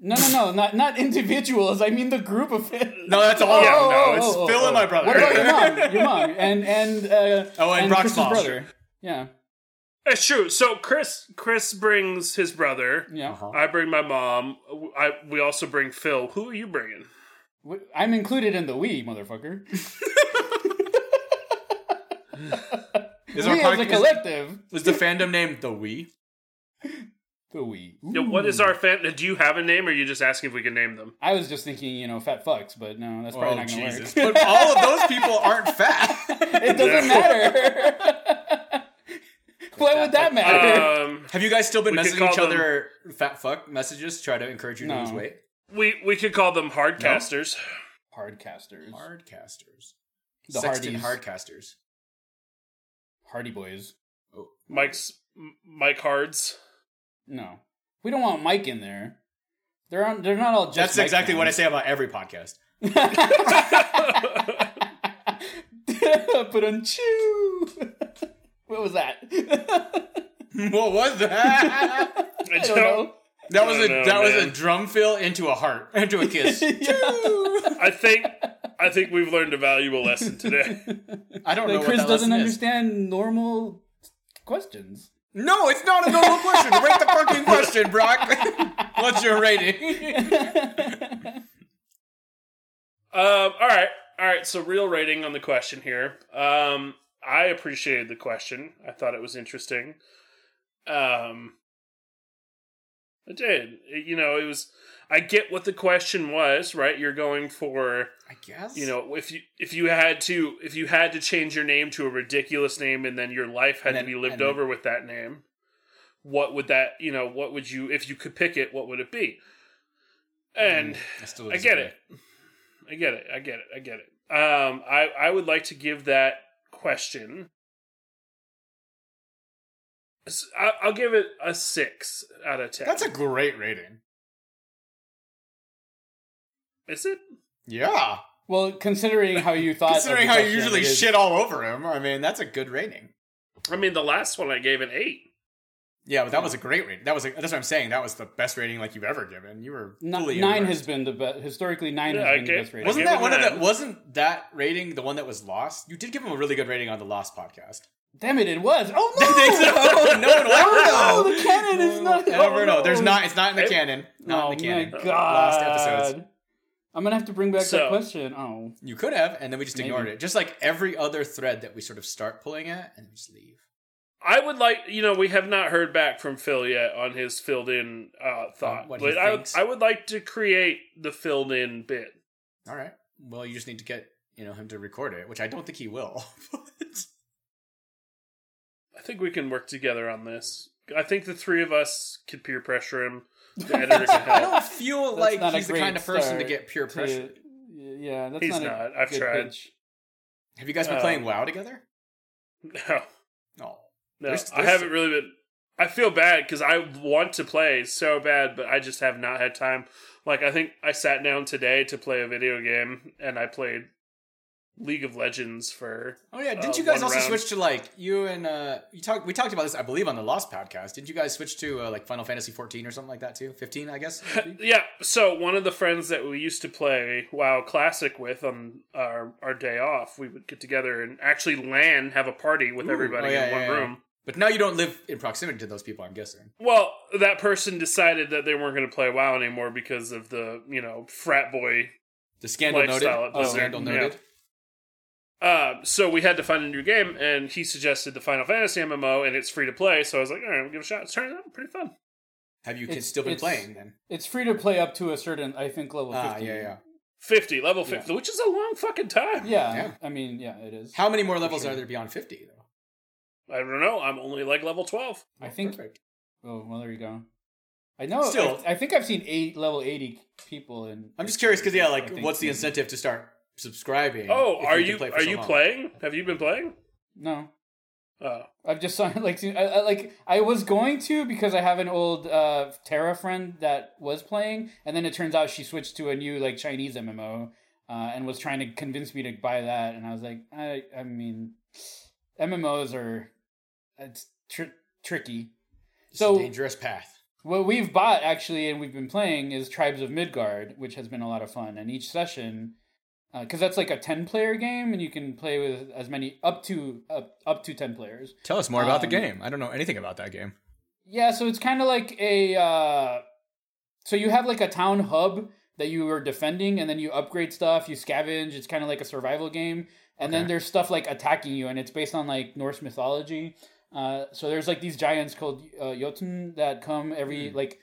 Speaker 1: No, no, no, not not individuals. I mean the group of fans.
Speaker 2: No, that's all.
Speaker 3: Yeah.
Speaker 2: no,
Speaker 1: Oh,
Speaker 2: it's
Speaker 1: oh,
Speaker 2: Phil
Speaker 1: oh,
Speaker 2: and my
Speaker 1: oh.
Speaker 2: brother.
Speaker 1: What about your
Speaker 2: <laughs>
Speaker 1: mom? Your mom and and uh,
Speaker 2: Oh, and Brock's
Speaker 1: Chris's
Speaker 2: mom.
Speaker 1: brother. Yeah,
Speaker 3: It's true. Eh, So Chris Chris brings his brother.
Speaker 1: yeah.
Speaker 2: Uh-huh.
Speaker 3: I bring my mom. I we also bring Phil. Who are you bringing?
Speaker 1: W- I'm included in the we, motherfucker.
Speaker 2: Is
Speaker 1: we as
Speaker 2: our
Speaker 1: a
Speaker 2: podcast-
Speaker 1: collective.
Speaker 2: is the fandom name the We?
Speaker 1: The we.
Speaker 3: Yeah, what
Speaker 1: Hmm.
Speaker 3: is our fan? Do you have a name, or are you just asking if we can
Speaker 1: <laughs>
Speaker 3: name them?
Speaker 1: I was just thinking, you know, fat fucks, but no, that's probably
Speaker 2: Oh
Speaker 1: not gonna <laughs>
Speaker 2: Jesus!
Speaker 1: work.
Speaker 2: But all of those
Speaker 1: <laughs>
Speaker 2: people aren't fat. <laughs>
Speaker 1: it doesn't matter. <laughs> Why would that matter?
Speaker 3: Um,
Speaker 2: Have you guys still been
Speaker 3: We could
Speaker 2: messaging
Speaker 3: call
Speaker 2: each
Speaker 3: them-
Speaker 2: other fat fuck messages? Try to encourage you to
Speaker 1: No.
Speaker 2: lose weight.
Speaker 3: we we could call them hardcasters.
Speaker 1: Hardcasters,
Speaker 2: Hardcasters.
Speaker 1: the
Speaker 2: Sexton
Speaker 1: Hardies,
Speaker 2: hardcasters.
Speaker 1: Hardy Boys.
Speaker 3: Mike's
Speaker 1: <laughs>
Speaker 3: Mike Hards. <laughs>
Speaker 1: No, we don't want Mike in there. They're on, they're not all just.
Speaker 2: That's
Speaker 1: Mike
Speaker 2: exactly
Speaker 1: fans.
Speaker 2: what
Speaker 1: <laughs>
Speaker 2: I say about every podcast.
Speaker 1: but on chew. What was that?
Speaker 2: <laughs>
Speaker 1: <laughs>
Speaker 2: what was that?
Speaker 3: I
Speaker 1: I don't know.
Speaker 2: <laughs> That was a
Speaker 3: don't know,
Speaker 2: that was a
Speaker 3: man.
Speaker 2: drum fill into a heart <laughs> into a kiss.
Speaker 3: I think I think we've learned a valuable
Speaker 1: <laughs>
Speaker 3: lesson today.
Speaker 2: I don't know.
Speaker 1: Like
Speaker 2: what
Speaker 1: Chris
Speaker 2: that
Speaker 1: doesn't
Speaker 2: lesson is.
Speaker 1: understand normal questions. <laughs>
Speaker 2: No, it's not a normal question. Rate the <laughs> fucking question, Brock. What's your rating?
Speaker 3: Um, all right, all right. So, real rating on the question here. Um, I appreciated the question. I thought it was interesting. Um, I did. It- you know, it was. I get what the question was, right? You're going for,
Speaker 2: I guess
Speaker 3: you know, if you if you had to if you had to change your name to a ridiculous name, and then your life had
Speaker 2: And then-
Speaker 3: to be lived
Speaker 2: and then-
Speaker 3: over with that name. What would that, you know, what would you, if you could pick it, what would it be? And
Speaker 2: Hmm. I, still
Speaker 3: I get
Speaker 2: disagree.
Speaker 3: it. I get it. I get it. I get it. Um, I I would like to give that question. s- I, will give it a six out of ten.
Speaker 2: That's a great rating.
Speaker 3: is it?
Speaker 2: Yeah,
Speaker 1: Well, considering how you thought, of the
Speaker 2: considering how you
Speaker 1: question,
Speaker 2: usually
Speaker 1: it is-
Speaker 2: shit all over him, I mean that's a good rating.
Speaker 3: I mean, the last one I gave an eight.
Speaker 2: Yeah, but that was a great rating. That was a, that's what I'm saying. That was the best rating like you've ever given. You were
Speaker 1: Ni-
Speaker 2: fully
Speaker 1: nine
Speaker 2: immersed.
Speaker 1: has been the best. Historically, nine
Speaker 3: Yeah,
Speaker 1: has
Speaker 3: I
Speaker 1: been the
Speaker 3: get-
Speaker 1: best rating.
Speaker 2: Wasn't
Speaker 3: I
Speaker 2: that
Speaker 3: gave it
Speaker 2: one of
Speaker 3: nine.
Speaker 2: the? Wasn't that rating the one that was lost? You did give him a really good rating on the Lost <laughs> podcast.
Speaker 1: Damn it! It was.
Speaker 2: <laughs>
Speaker 1: Oh no!
Speaker 2: no one
Speaker 1: Oh,
Speaker 2: will ever know.
Speaker 1: the canon is not.
Speaker 2: You'll never
Speaker 1: oh,
Speaker 2: know.
Speaker 1: no.
Speaker 2: There's not. It's not in the
Speaker 3: It-
Speaker 2: canon. Not
Speaker 1: Oh
Speaker 2: in the canon.
Speaker 1: my god!
Speaker 2: Lost episodes.
Speaker 1: I'm gonna have to bring back that
Speaker 3: So-
Speaker 1: question. Oh,
Speaker 2: You could have, and then we just
Speaker 1: Maybe.
Speaker 2: ignored it. Just like every other thread that we sort of start pulling at and just leave.
Speaker 3: I would like, you know, we have not heard back from Phil yet on his filled in uh, thought,
Speaker 2: what he
Speaker 3: but I
Speaker 2: thinks.
Speaker 3: I would like to create the filled in bit.
Speaker 2: All right. Well, you just need to get you know him to record it, which I don't think he will. <laughs> But-
Speaker 3: I think we can work together on this. I think the three of us could peer pressure him.
Speaker 2: <laughs>
Speaker 3: The editor can
Speaker 2: I
Speaker 3: help.
Speaker 2: don't feel
Speaker 1: That's
Speaker 2: like
Speaker 1: not a
Speaker 2: he's the
Speaker 1: great
Speaker 2: kind of person to
Speaker 1: start
Speaker 2: get peer
Speaker 1: to-
Speaker 2: pressure.
Speaker 1: yeah, that's
Speaker 3: He's
Speaker 1: not.
Speaker 3: not.
Speaker 1: A
Speaker 3: I've
Speaker 1: good
Speaker 3: tried.
Speaker 1: pitch.
Speaker 2: Have you guys been
Speaker 3: Uh,
Speaker 2: playing WoW together?
Speaker 3: <laughs> No.
Speaker 2: No.
Speaker 3: No,
Speaker 2: There's-
Speaker 3: I
Speaker 2: there's-
Speaker 3: haven't really been. I feel bad because I want to play so bad, but I just have not had time. Like I think I sat down today to play a video game, and I played League of Legends for.
Speaker 2: Oh yeah,
Speaker 3: Uh,
Speaker 2: didn't you guys
Speaker 3: one
Speaker 2: also
Speaker 3: round.
Speaker 2: switch to like you and uh you talked we talked about this I believe on the Lost podcast. Didn't you guys switch to uh, like Final Fantasy 14 or something like that too? 15, I guess. maybe?
Speaker 3: <laughs> Yeah, so one of the friends that we used to play WoW Classic with on our our day off, we would get together and actually LAN have a party with
Speaker 2: Ooh,
Speaker 3: everybody
Speaker 2: oh, yeah,
Speaker 3: in one
Speaker 2: yeah, yeah.
Speaker 3: room.
Speaker 2: but now you don't live in proximity to those people, I'm guessing.
Speaker 3: Well, that person decided that they weren't going to play WoW anymore because of the you know frat boy
Speaker 2: The scandal noted.
Speaker 3: Lifestyle at
Speaker 2: The
Speaker 1: Blizzard,
Speaker 2: scandal
Speaker 3: yeah.
Speaker 2: noted.
Speaker 3: Uh, so we had to find a new game, and he suggested the Final Fantasy MMO, and it's free to play. So I was like, all right, I'll give it a shot. It's turned out pretty fun.
Speaker 2: Have you
Speaker 1: It's-
Speaker 2: kids still been
Speaker 1: it's-
Speaker 2: playing then?
Speaker 1: It's free to play up to a certain, I think, level
Speaker 2: Ah,
Speaker 1: fifty.
Speaker 2: yeah, yeah.
Speaker 3: Fifty level
Speaker 1: Yeah.
Speaker 3: fifty, which is a long fucking time.
Speaker 1: yeah,
Speaker 2: Yeah.
Speaker 1: I mean, yeah, it is.
Speaker 2: How many more levels
Speaker 1: sure.
Speaker 2: are there beyond 50 though?
Speaker 3: I don't know. I'm only like level twelve.
Speaker 1: I think.
Speaker 2: Perfect.
Speaker 1: Oh well, there you go. I know.
Speaker 2: Still-
Speaker 1: I, I think I've seen eight level eighty people in.
Speaker 2: I'm just curious because yeah,
Speaker 1: I
Speaker 2: like
Speaker 1: think
Speaker 2: what's the
Speaker 1: maybe.
Speaker 2: incentive to start subscribing?
Speaker 3: oh,
Speaker 2: if
Speaker 3: are
Speaker 2: can
Speaker 3: you
Speaker 2: play for
Speaker 3: are
Speaker 2: so
Speaker 3: you
Speaker 2: long?
Speaker 3: playing? Have you been playing?
Speaker 1: No,
Speaker 3: Oh,
Speaker 1: I've just saw <laughs> like seen, I, I, like I was going to because I have an old uh, Terra friend that was playing, and then it turns out she switched to a new like Chinese MMO uh, and was trying to convince me to buy that, and I was like, I I mean, MMOs are it's tr- tricky.
Speaker 2: It's
Speaker 1: So-
Speaker 2: a dangerous path.
Speaker 1: What we've bought actually, and we've been playing, is Tribes of Midgard, which has been a lot of fun. And each session, because that's like a ten-player game, and you can play with as many up to up, up to ten players.
Speaker 2: Tell us more
Speaker 1: about the Um, game.
Speaker 2: I don't know anything about that game.
Speaker 1: Yeah, so it's kind of like a. Uh, so you have like a town hub that you are defending, and then you upgrade stuff, you scavenge. It's kind of like a survival game, and then
Speaker 2: Okay.
Speaker 1: there's stuff like attacking you, and it's based on like Norse mythology. Uh, so there's like these giants called uh, Jotun that come every like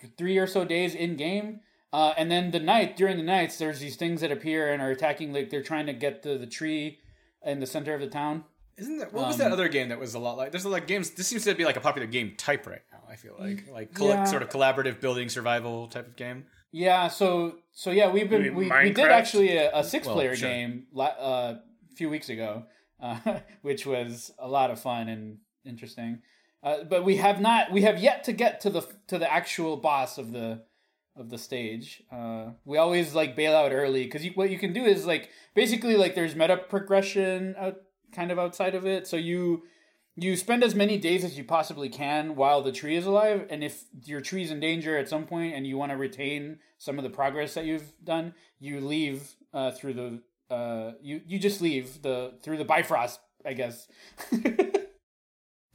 Speaker 1: th- three or so days in game. Uh, and then the night during the nights, there's these things that appear and are attacking. Like they're trying to get to the tree in the center of the town.
Speaker 2: Isn't that what was that
Speaker 1: Um,
Speaker 2: other game that was a lot like? There's a lot of games. This seems to be like a popular game type right now. I feel like like colla-
Speaker 1: yeah.
Speaker 2: sort of collaborative building survival type of game.
Speaker 1: Yeah, so so yeah, we've been
Speaker 3: mean
Speaker 1: we, we did
Speaker 3: Minecraft?
Speaker 1: actually a, a six player
Speaker 2: Well, sure.
Speaker 1: game la- uh, a few weeks ago, uh, <laughs> which was a lot of fun and interesting. Uh, but we have not we have yet to get to the to the actual boss of the of the stage. Uh, we always like bail out early because you, what you can do is like basically like there's meta progression out, kind of outside of it. So you you spend as many days as you possibly can while the tree is alive and if your tree is in danger at some point and you want to retain some of the progress that you've done you leave uh, through the uh, you you just leave the through the bifrost i guess <laughs>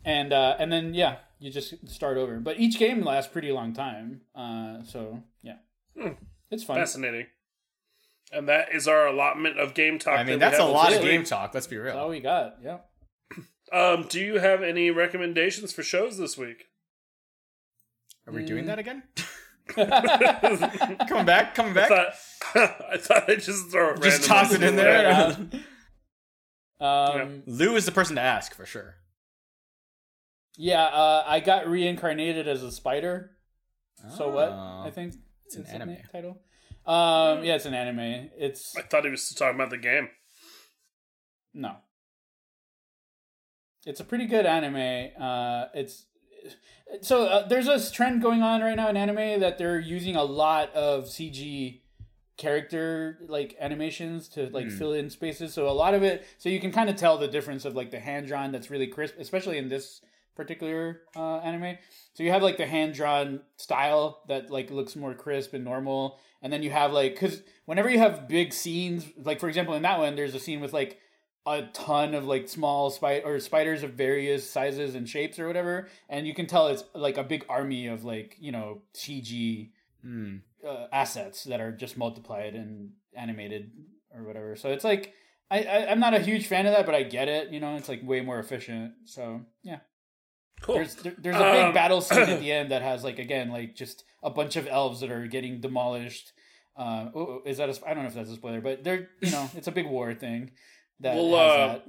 Speaker 1: and uh, and then yeah you just start over but each game lasts pretty long time uh, so yeah
Speaker 3: Hmm.
Speaker 1: it's fun
Speaker 3: Fascinating. And that is our allotment of game talk.
Speaker 2: I mean,
Speaker 3: that we
Speaker 2: that's a
Speaker 3: have
Speaker 2: lot
Speaker 3: this
Speaker 2: of
Speaker 3: week.
Speaker 2: game talk. Let's be
Speaker 1: that's all
Speaker 2: real.
Speaker 1: we got yeah
Speaker 2: <laughs>
Speaker 3: Um, do you have any recommendations for shows this week?
Speaker 2: Are we doing that again? <laughs>
Speaker 3: I
Speaker 2: coming back, coming back.
Speaker 3: thought I thought <laughs> I'd just throw it
Speaker 2: Just
Speaker 3: randomly.
Speaker 2: toss it in there. <laughs>
Speaker 1: <laughs> around. um,
Speaker 2: Lou is the person to ask for sure.
Speaker 1: Yeah, uh, I got reincarnated as a spider. So what?
Speaker 2: Oh.
Speaker 1: I think it's
Speaker 2: an
Speaker 1: the
Speaker 2: anime.
Speaker 1: na- title. Um, yeah, it's an anime. It's
Speaker 3: I thought he was still talking about the game.
Speaker 1: no. It's a pretty good anime. Uh, it's so uh, there's this trend going on right now in anime that they're using a lot of CG character like animations to like
Speaker 2: Hmm.
Speaker 1: fill in spaces. So a lot of it, so you can kind of tell the difference of like the hand drawn that's really crisp, especially in this particular uh, anime. So you have like the hand drawn style that like looks more crisp and normal, and then you have like because whenever you have big scenes, like for example in that one, there's a scene with like a ton of like small spider or spiders of various sizes and shapes or whatever, and you can tell it's like a big army of like you know CG
Speaker 2: Hmm.
Speaker 1: uh, assets that are just multiplied and animated or whatever. So it's like I, I I'm not a huge fan of that, but I get it. You know, it's like way more efficient. So yeah,
Speaker 3: Cool.
Speaker 1: there's there, there's a big
Speaker 3: Um,
Speaker 1: battle scene
Speaker 3: <clears throat>
Speaker 1: at the end that has like again like just a bunch of elves that are getting demolished. Uh, oh, oh, is that a, sp- I don't know if that's a spoiler, but they're you know it's a big war thing. That
Speaker 3: Well,
Speaker 1: has
Speaker 3: uh,
Speaker 1: that.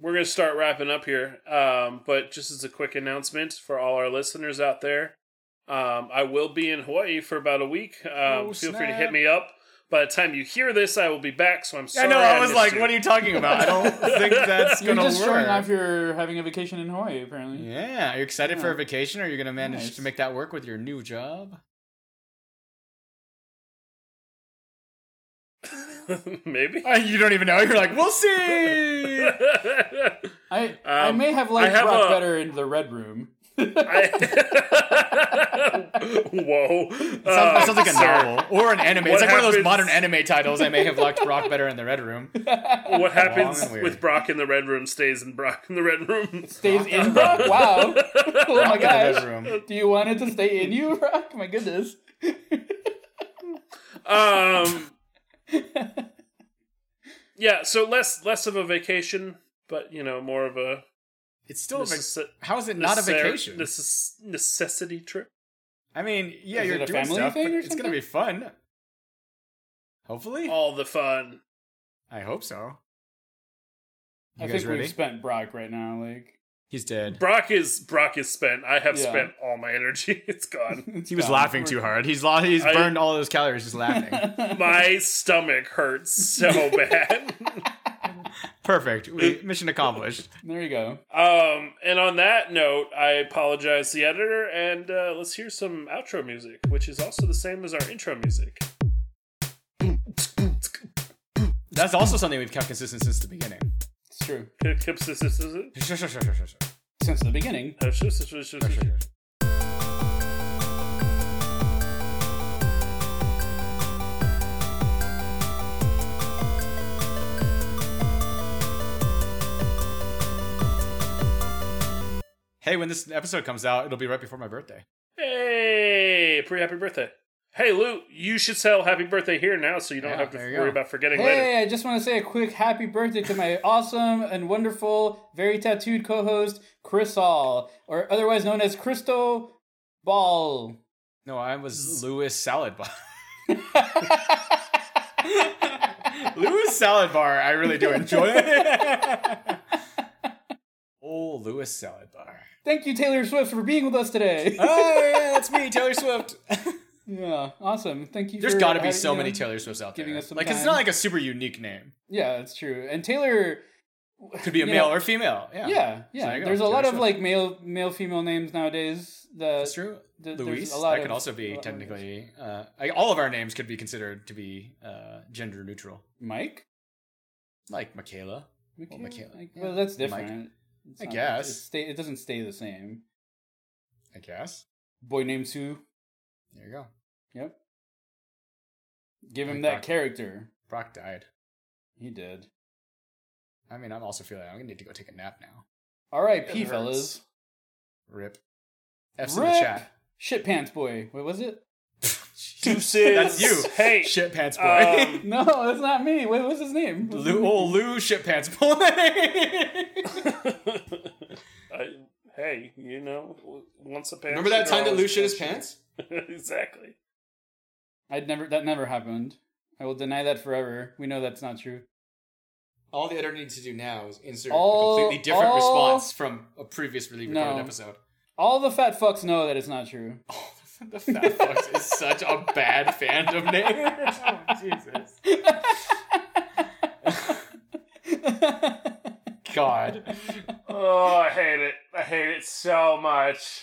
Speaker 3: We're gonna start wrapping up here. Um, but just as a quick announcement for all our listeners out there, um, I will be in Hawaii for about a week. Um,
Speaker 2: Oh,
Speaker 3: feel free to
Speaker 2: snap.
Speaker 3: hit me up. By the time you hear this, I will be back. So I'm
Speaker 2: I
Speaker 3: sorry.
Speaker 2: know. I was
Speaker 3: missed
Speaker 2: like,
Speaker 3: you.
Speaker 2: "What are you talking about? I <laughs> don't think that's
Speaker 1: You're
Speaker 2: gonna
Speaker 1: just
Speaker 2: work."
Speaker 1: showing off you're having a vacation in Hawaii, apparently.
Speaker 2: yeah, are you excited for a vacation, or are you gonna manage
Speaker 1: Nice.
Speaker 2: to make that work with your new job?
Speaker 3: <laughs> Maybe.
Speaker 2: Uh, you don't even know. You're like, "We'll <laughs> see."
Speaker 1: I I
Speaker 3: Um,
Speaker 1: may have liked
Speaker 3: I have
Speaker 1: Brock
Speaker 3: a-
Speaker 1: better in the red room.
Speaker 3: I- <laughs> Whoa.
Speaker 2: Sounds,
Speaker 3: <laughs> Um,
Speaker 2: that sounds like a
Speaker 3: so
Speaker 2: novel or an anime. It's like
Speaker 3: What
Speaker 2: one of those
Speaker 3: happens-
Speaker 2: modern anime titles. I may have locked Brock better in the Red Room.
Speaker 3: What happens
Speaker 2: and weird.
Speaker 3: with Brock in the red room stays in Brock in the red room.
Speaker 1: Stays in Brock.
Speaker 3: <laughs>
Speaker 1: Wow. Oh my
Speaker 2: Brock in the
Speaker 1: gosh.
Speaker 2: Red Room.
Speaker 1: Do you want it to stay in you, <laughs> Brock? My goodness.
Speaker 3: Um, yeah. So less less of a vacation, but you know more of a
Speaker 2: It's still a vac-
Speaker 3: necess-
Speaker 2: how is it not a
Speaker 3: necessar-
Speaker 2: vacation?
Speaker 3: necess- necessity trip.
Speaker 2: I mean, yeah,
Speaker 1: Is
Speaker 2: you're
Speaker 1: it a
Speaker 2: doing
Speaker 1: family
Speaker 2: stuff,
Speaker 1: thing
Speaker 2: but
Speaker 1: or
Speaker 2: it's gonna
Speaker 1: something?
Speaker 2: be fun. Oh. Hopefully,
Speaker 3: All the fun.
Speaker 2: I hope so. You
Speaker 1: I
Speaker 2: guys
Speaker 1: think
Speaker 2: ready?
Speaker 1: we've spent Brock right now. Like
Speaker 2: He's dead.
Speaker 3: Brock is Brock is spent. I have
Speaker 1: Yeah.
Speaker 3: spent all my energy. It's gone.
Speaker 2: He was laughing too hard. He's lo- he's
Speaker 3: I-
Speaker 2: burned all those calories
Speaker 1: <laughs>
Speaker 2: just laughing.
Speaker 3: My stomach hurts so bad.
Speaker 2: Perfect. We, mission accomplished.
Speaker 1: There you go.
Speaker 3: Um, and on that note, I apologize to the editor, and uh, let's hear some outro music, which is also the same as our intro music.
Speaker 2: That's also something we've kept consistent since the beginning.
Speaker 1: It's true.
Speaker 2: Sure, sure, sure, sure, sure, sure.
Speaker 1: Since the beginning.
Speaker 2: Hey, when this episode comes out, it'll be right before my birthday.
Speaker 3: Hey, pre happy birthday. Hey, Lou, you should sell happy birthday here now so you don't
Speaker 2: Yeah,
Speaker 3: have to
Speaker 2: there
Speaker 3: worry
Speaker 2: you go.
Speaker 3: about forgetting later.
Speaker 1: Hey, I just want to say a quick happy birthday to my awesome and wonderful, very tattooed co-host Chris All, or otherwise known as Crystal Ball.
Speaker 2: No, I was Lewis Salad Bar. <laughs> Lewis Salad Bar, I really do <laughs> enjoy it. <laughs> oh, Lewis Salad Bar.
Speaker 1: <laughs> Thank you, Taylor Swift, for being with us
Speaker 2: <laughs>
Speaker 1: today.
Speaker 2: Oh, yeah, that's me, Taylor Swift.
Speaker 1: yeah, awesome. Thank you.
Speaker 2: There's
Speaker 1: for,
Speaker 2: got to
Speaker 1: uh,
Speaker 2: be so
Speaker 1: you know-
Speaker 2: many Taylor Swifts out there.
Speaker 1: giving us some
Speaker 2: like, it's
Speaker 1: time.
Speaker 2: not like a super unique name.
Speaker 1: Yeah, that's true. And Taylor,
Speaker 2: Could be a
Speaker 1: You
Speaker 2: male
Speaker 1: know-
Speaker 2: or female.
Speaker 1: yeah,
Speaker 2: Yeah. So there
Speaker 1: yeah.
Speaker 2: you go,
Speaker 1: There's a
Speaker 2: Taylor
Speaker 1: lot of
Speaker 2: Swift.
Speaker 1: like male, male, female names nowadays. The
Speaker 2: That's true.
Speaker 1: th- there's
Speaker 2: Luis.
Speaker 1: a lot
Speaker 2: that could
Speaker 1: of-
Speaker 2: also
Speaker 1: a
Speaker 2: be
Speaker 1: lot of
Speaker 2: technically. Uh, I, all of our names could be considered to be uh, gender neutral.
Speaker 1: Mike.
Speaker 2: Like Oh, Michaela. Well, Michaela,
Speaker 1: Like,
Speaker 2: yeah.
Speaker 1: well, that's
Speaker 2: Mike.
Speaker 1: different. It's
Speaker 2: I
Speaker 1: not-
Speaker 2: guess.
Speaker 1: it, stay, it doesn't stay the same.
Speaker 2: I guess.
Speaker 1: Boy named Sue.
Speaker 2: There you go.
Speaker 1: Yep. Give him
Speaker 2: Like
Speaker 1: that
Speaker 2: Doc-
Speaker 1: character.
Speaker 2: Brock died.
Speaker 1: He did.
Speaker 2: I mean, I'm also feeling I'm gonna need to go take a nap now.
Speaker 1: R.I.P.
Speaker 3: It hurts.
Speaker 1: fellas.
Speaker 2: Rip. F's in the
Speaker 1: Rip!
Speaker 2: chat.
Speaker 1: Shit pants boy. What was it? <laughs>
Speaker 3: Deuces.
Speaker 2: That's you.
Speaker 3: Hey,
Speaker 2: <laughs> Shit pants boy. <laughs>
Speaker 3: Um,
Speaker 1: No, that's not me. What was his name?
Speaker 2: Lou, oh, Lou, shit pants <laughs> boy.
Speaker 3: I, hey, you know, w- once a pants.
Speaker 4: Remember that
Speaker 3: shitter,
Speaker 4: time that Lou
Speaker 3: always a
Speaker 4: shit his
Speaker 3: pants
Speaker 4: pants?
Speaker 3: shitter. <laughs> exactly.
Speaker 1: I'd never. That never happened. I will deny that forever. We know that's not true.
Speaker 4: All the editor needs to do now is insert
Speaker 1: All-
Speaker 4: a completely different
Speaker 1: all-
Speaker 4: response from a previously recorded
Speaker 1: No.
Speaker 4: episode.
Speaker 1: All the fat fucks know that it's not
Speaker 2: <laughs>
Speaker 1: true. <laughs>
Speaker 4: Oh, <laughs> the Fat Fucks is such a bad fandom name.
Speaker 2: Jesus. God.
Speaker 3: Oh, I hate it. I hate it so much.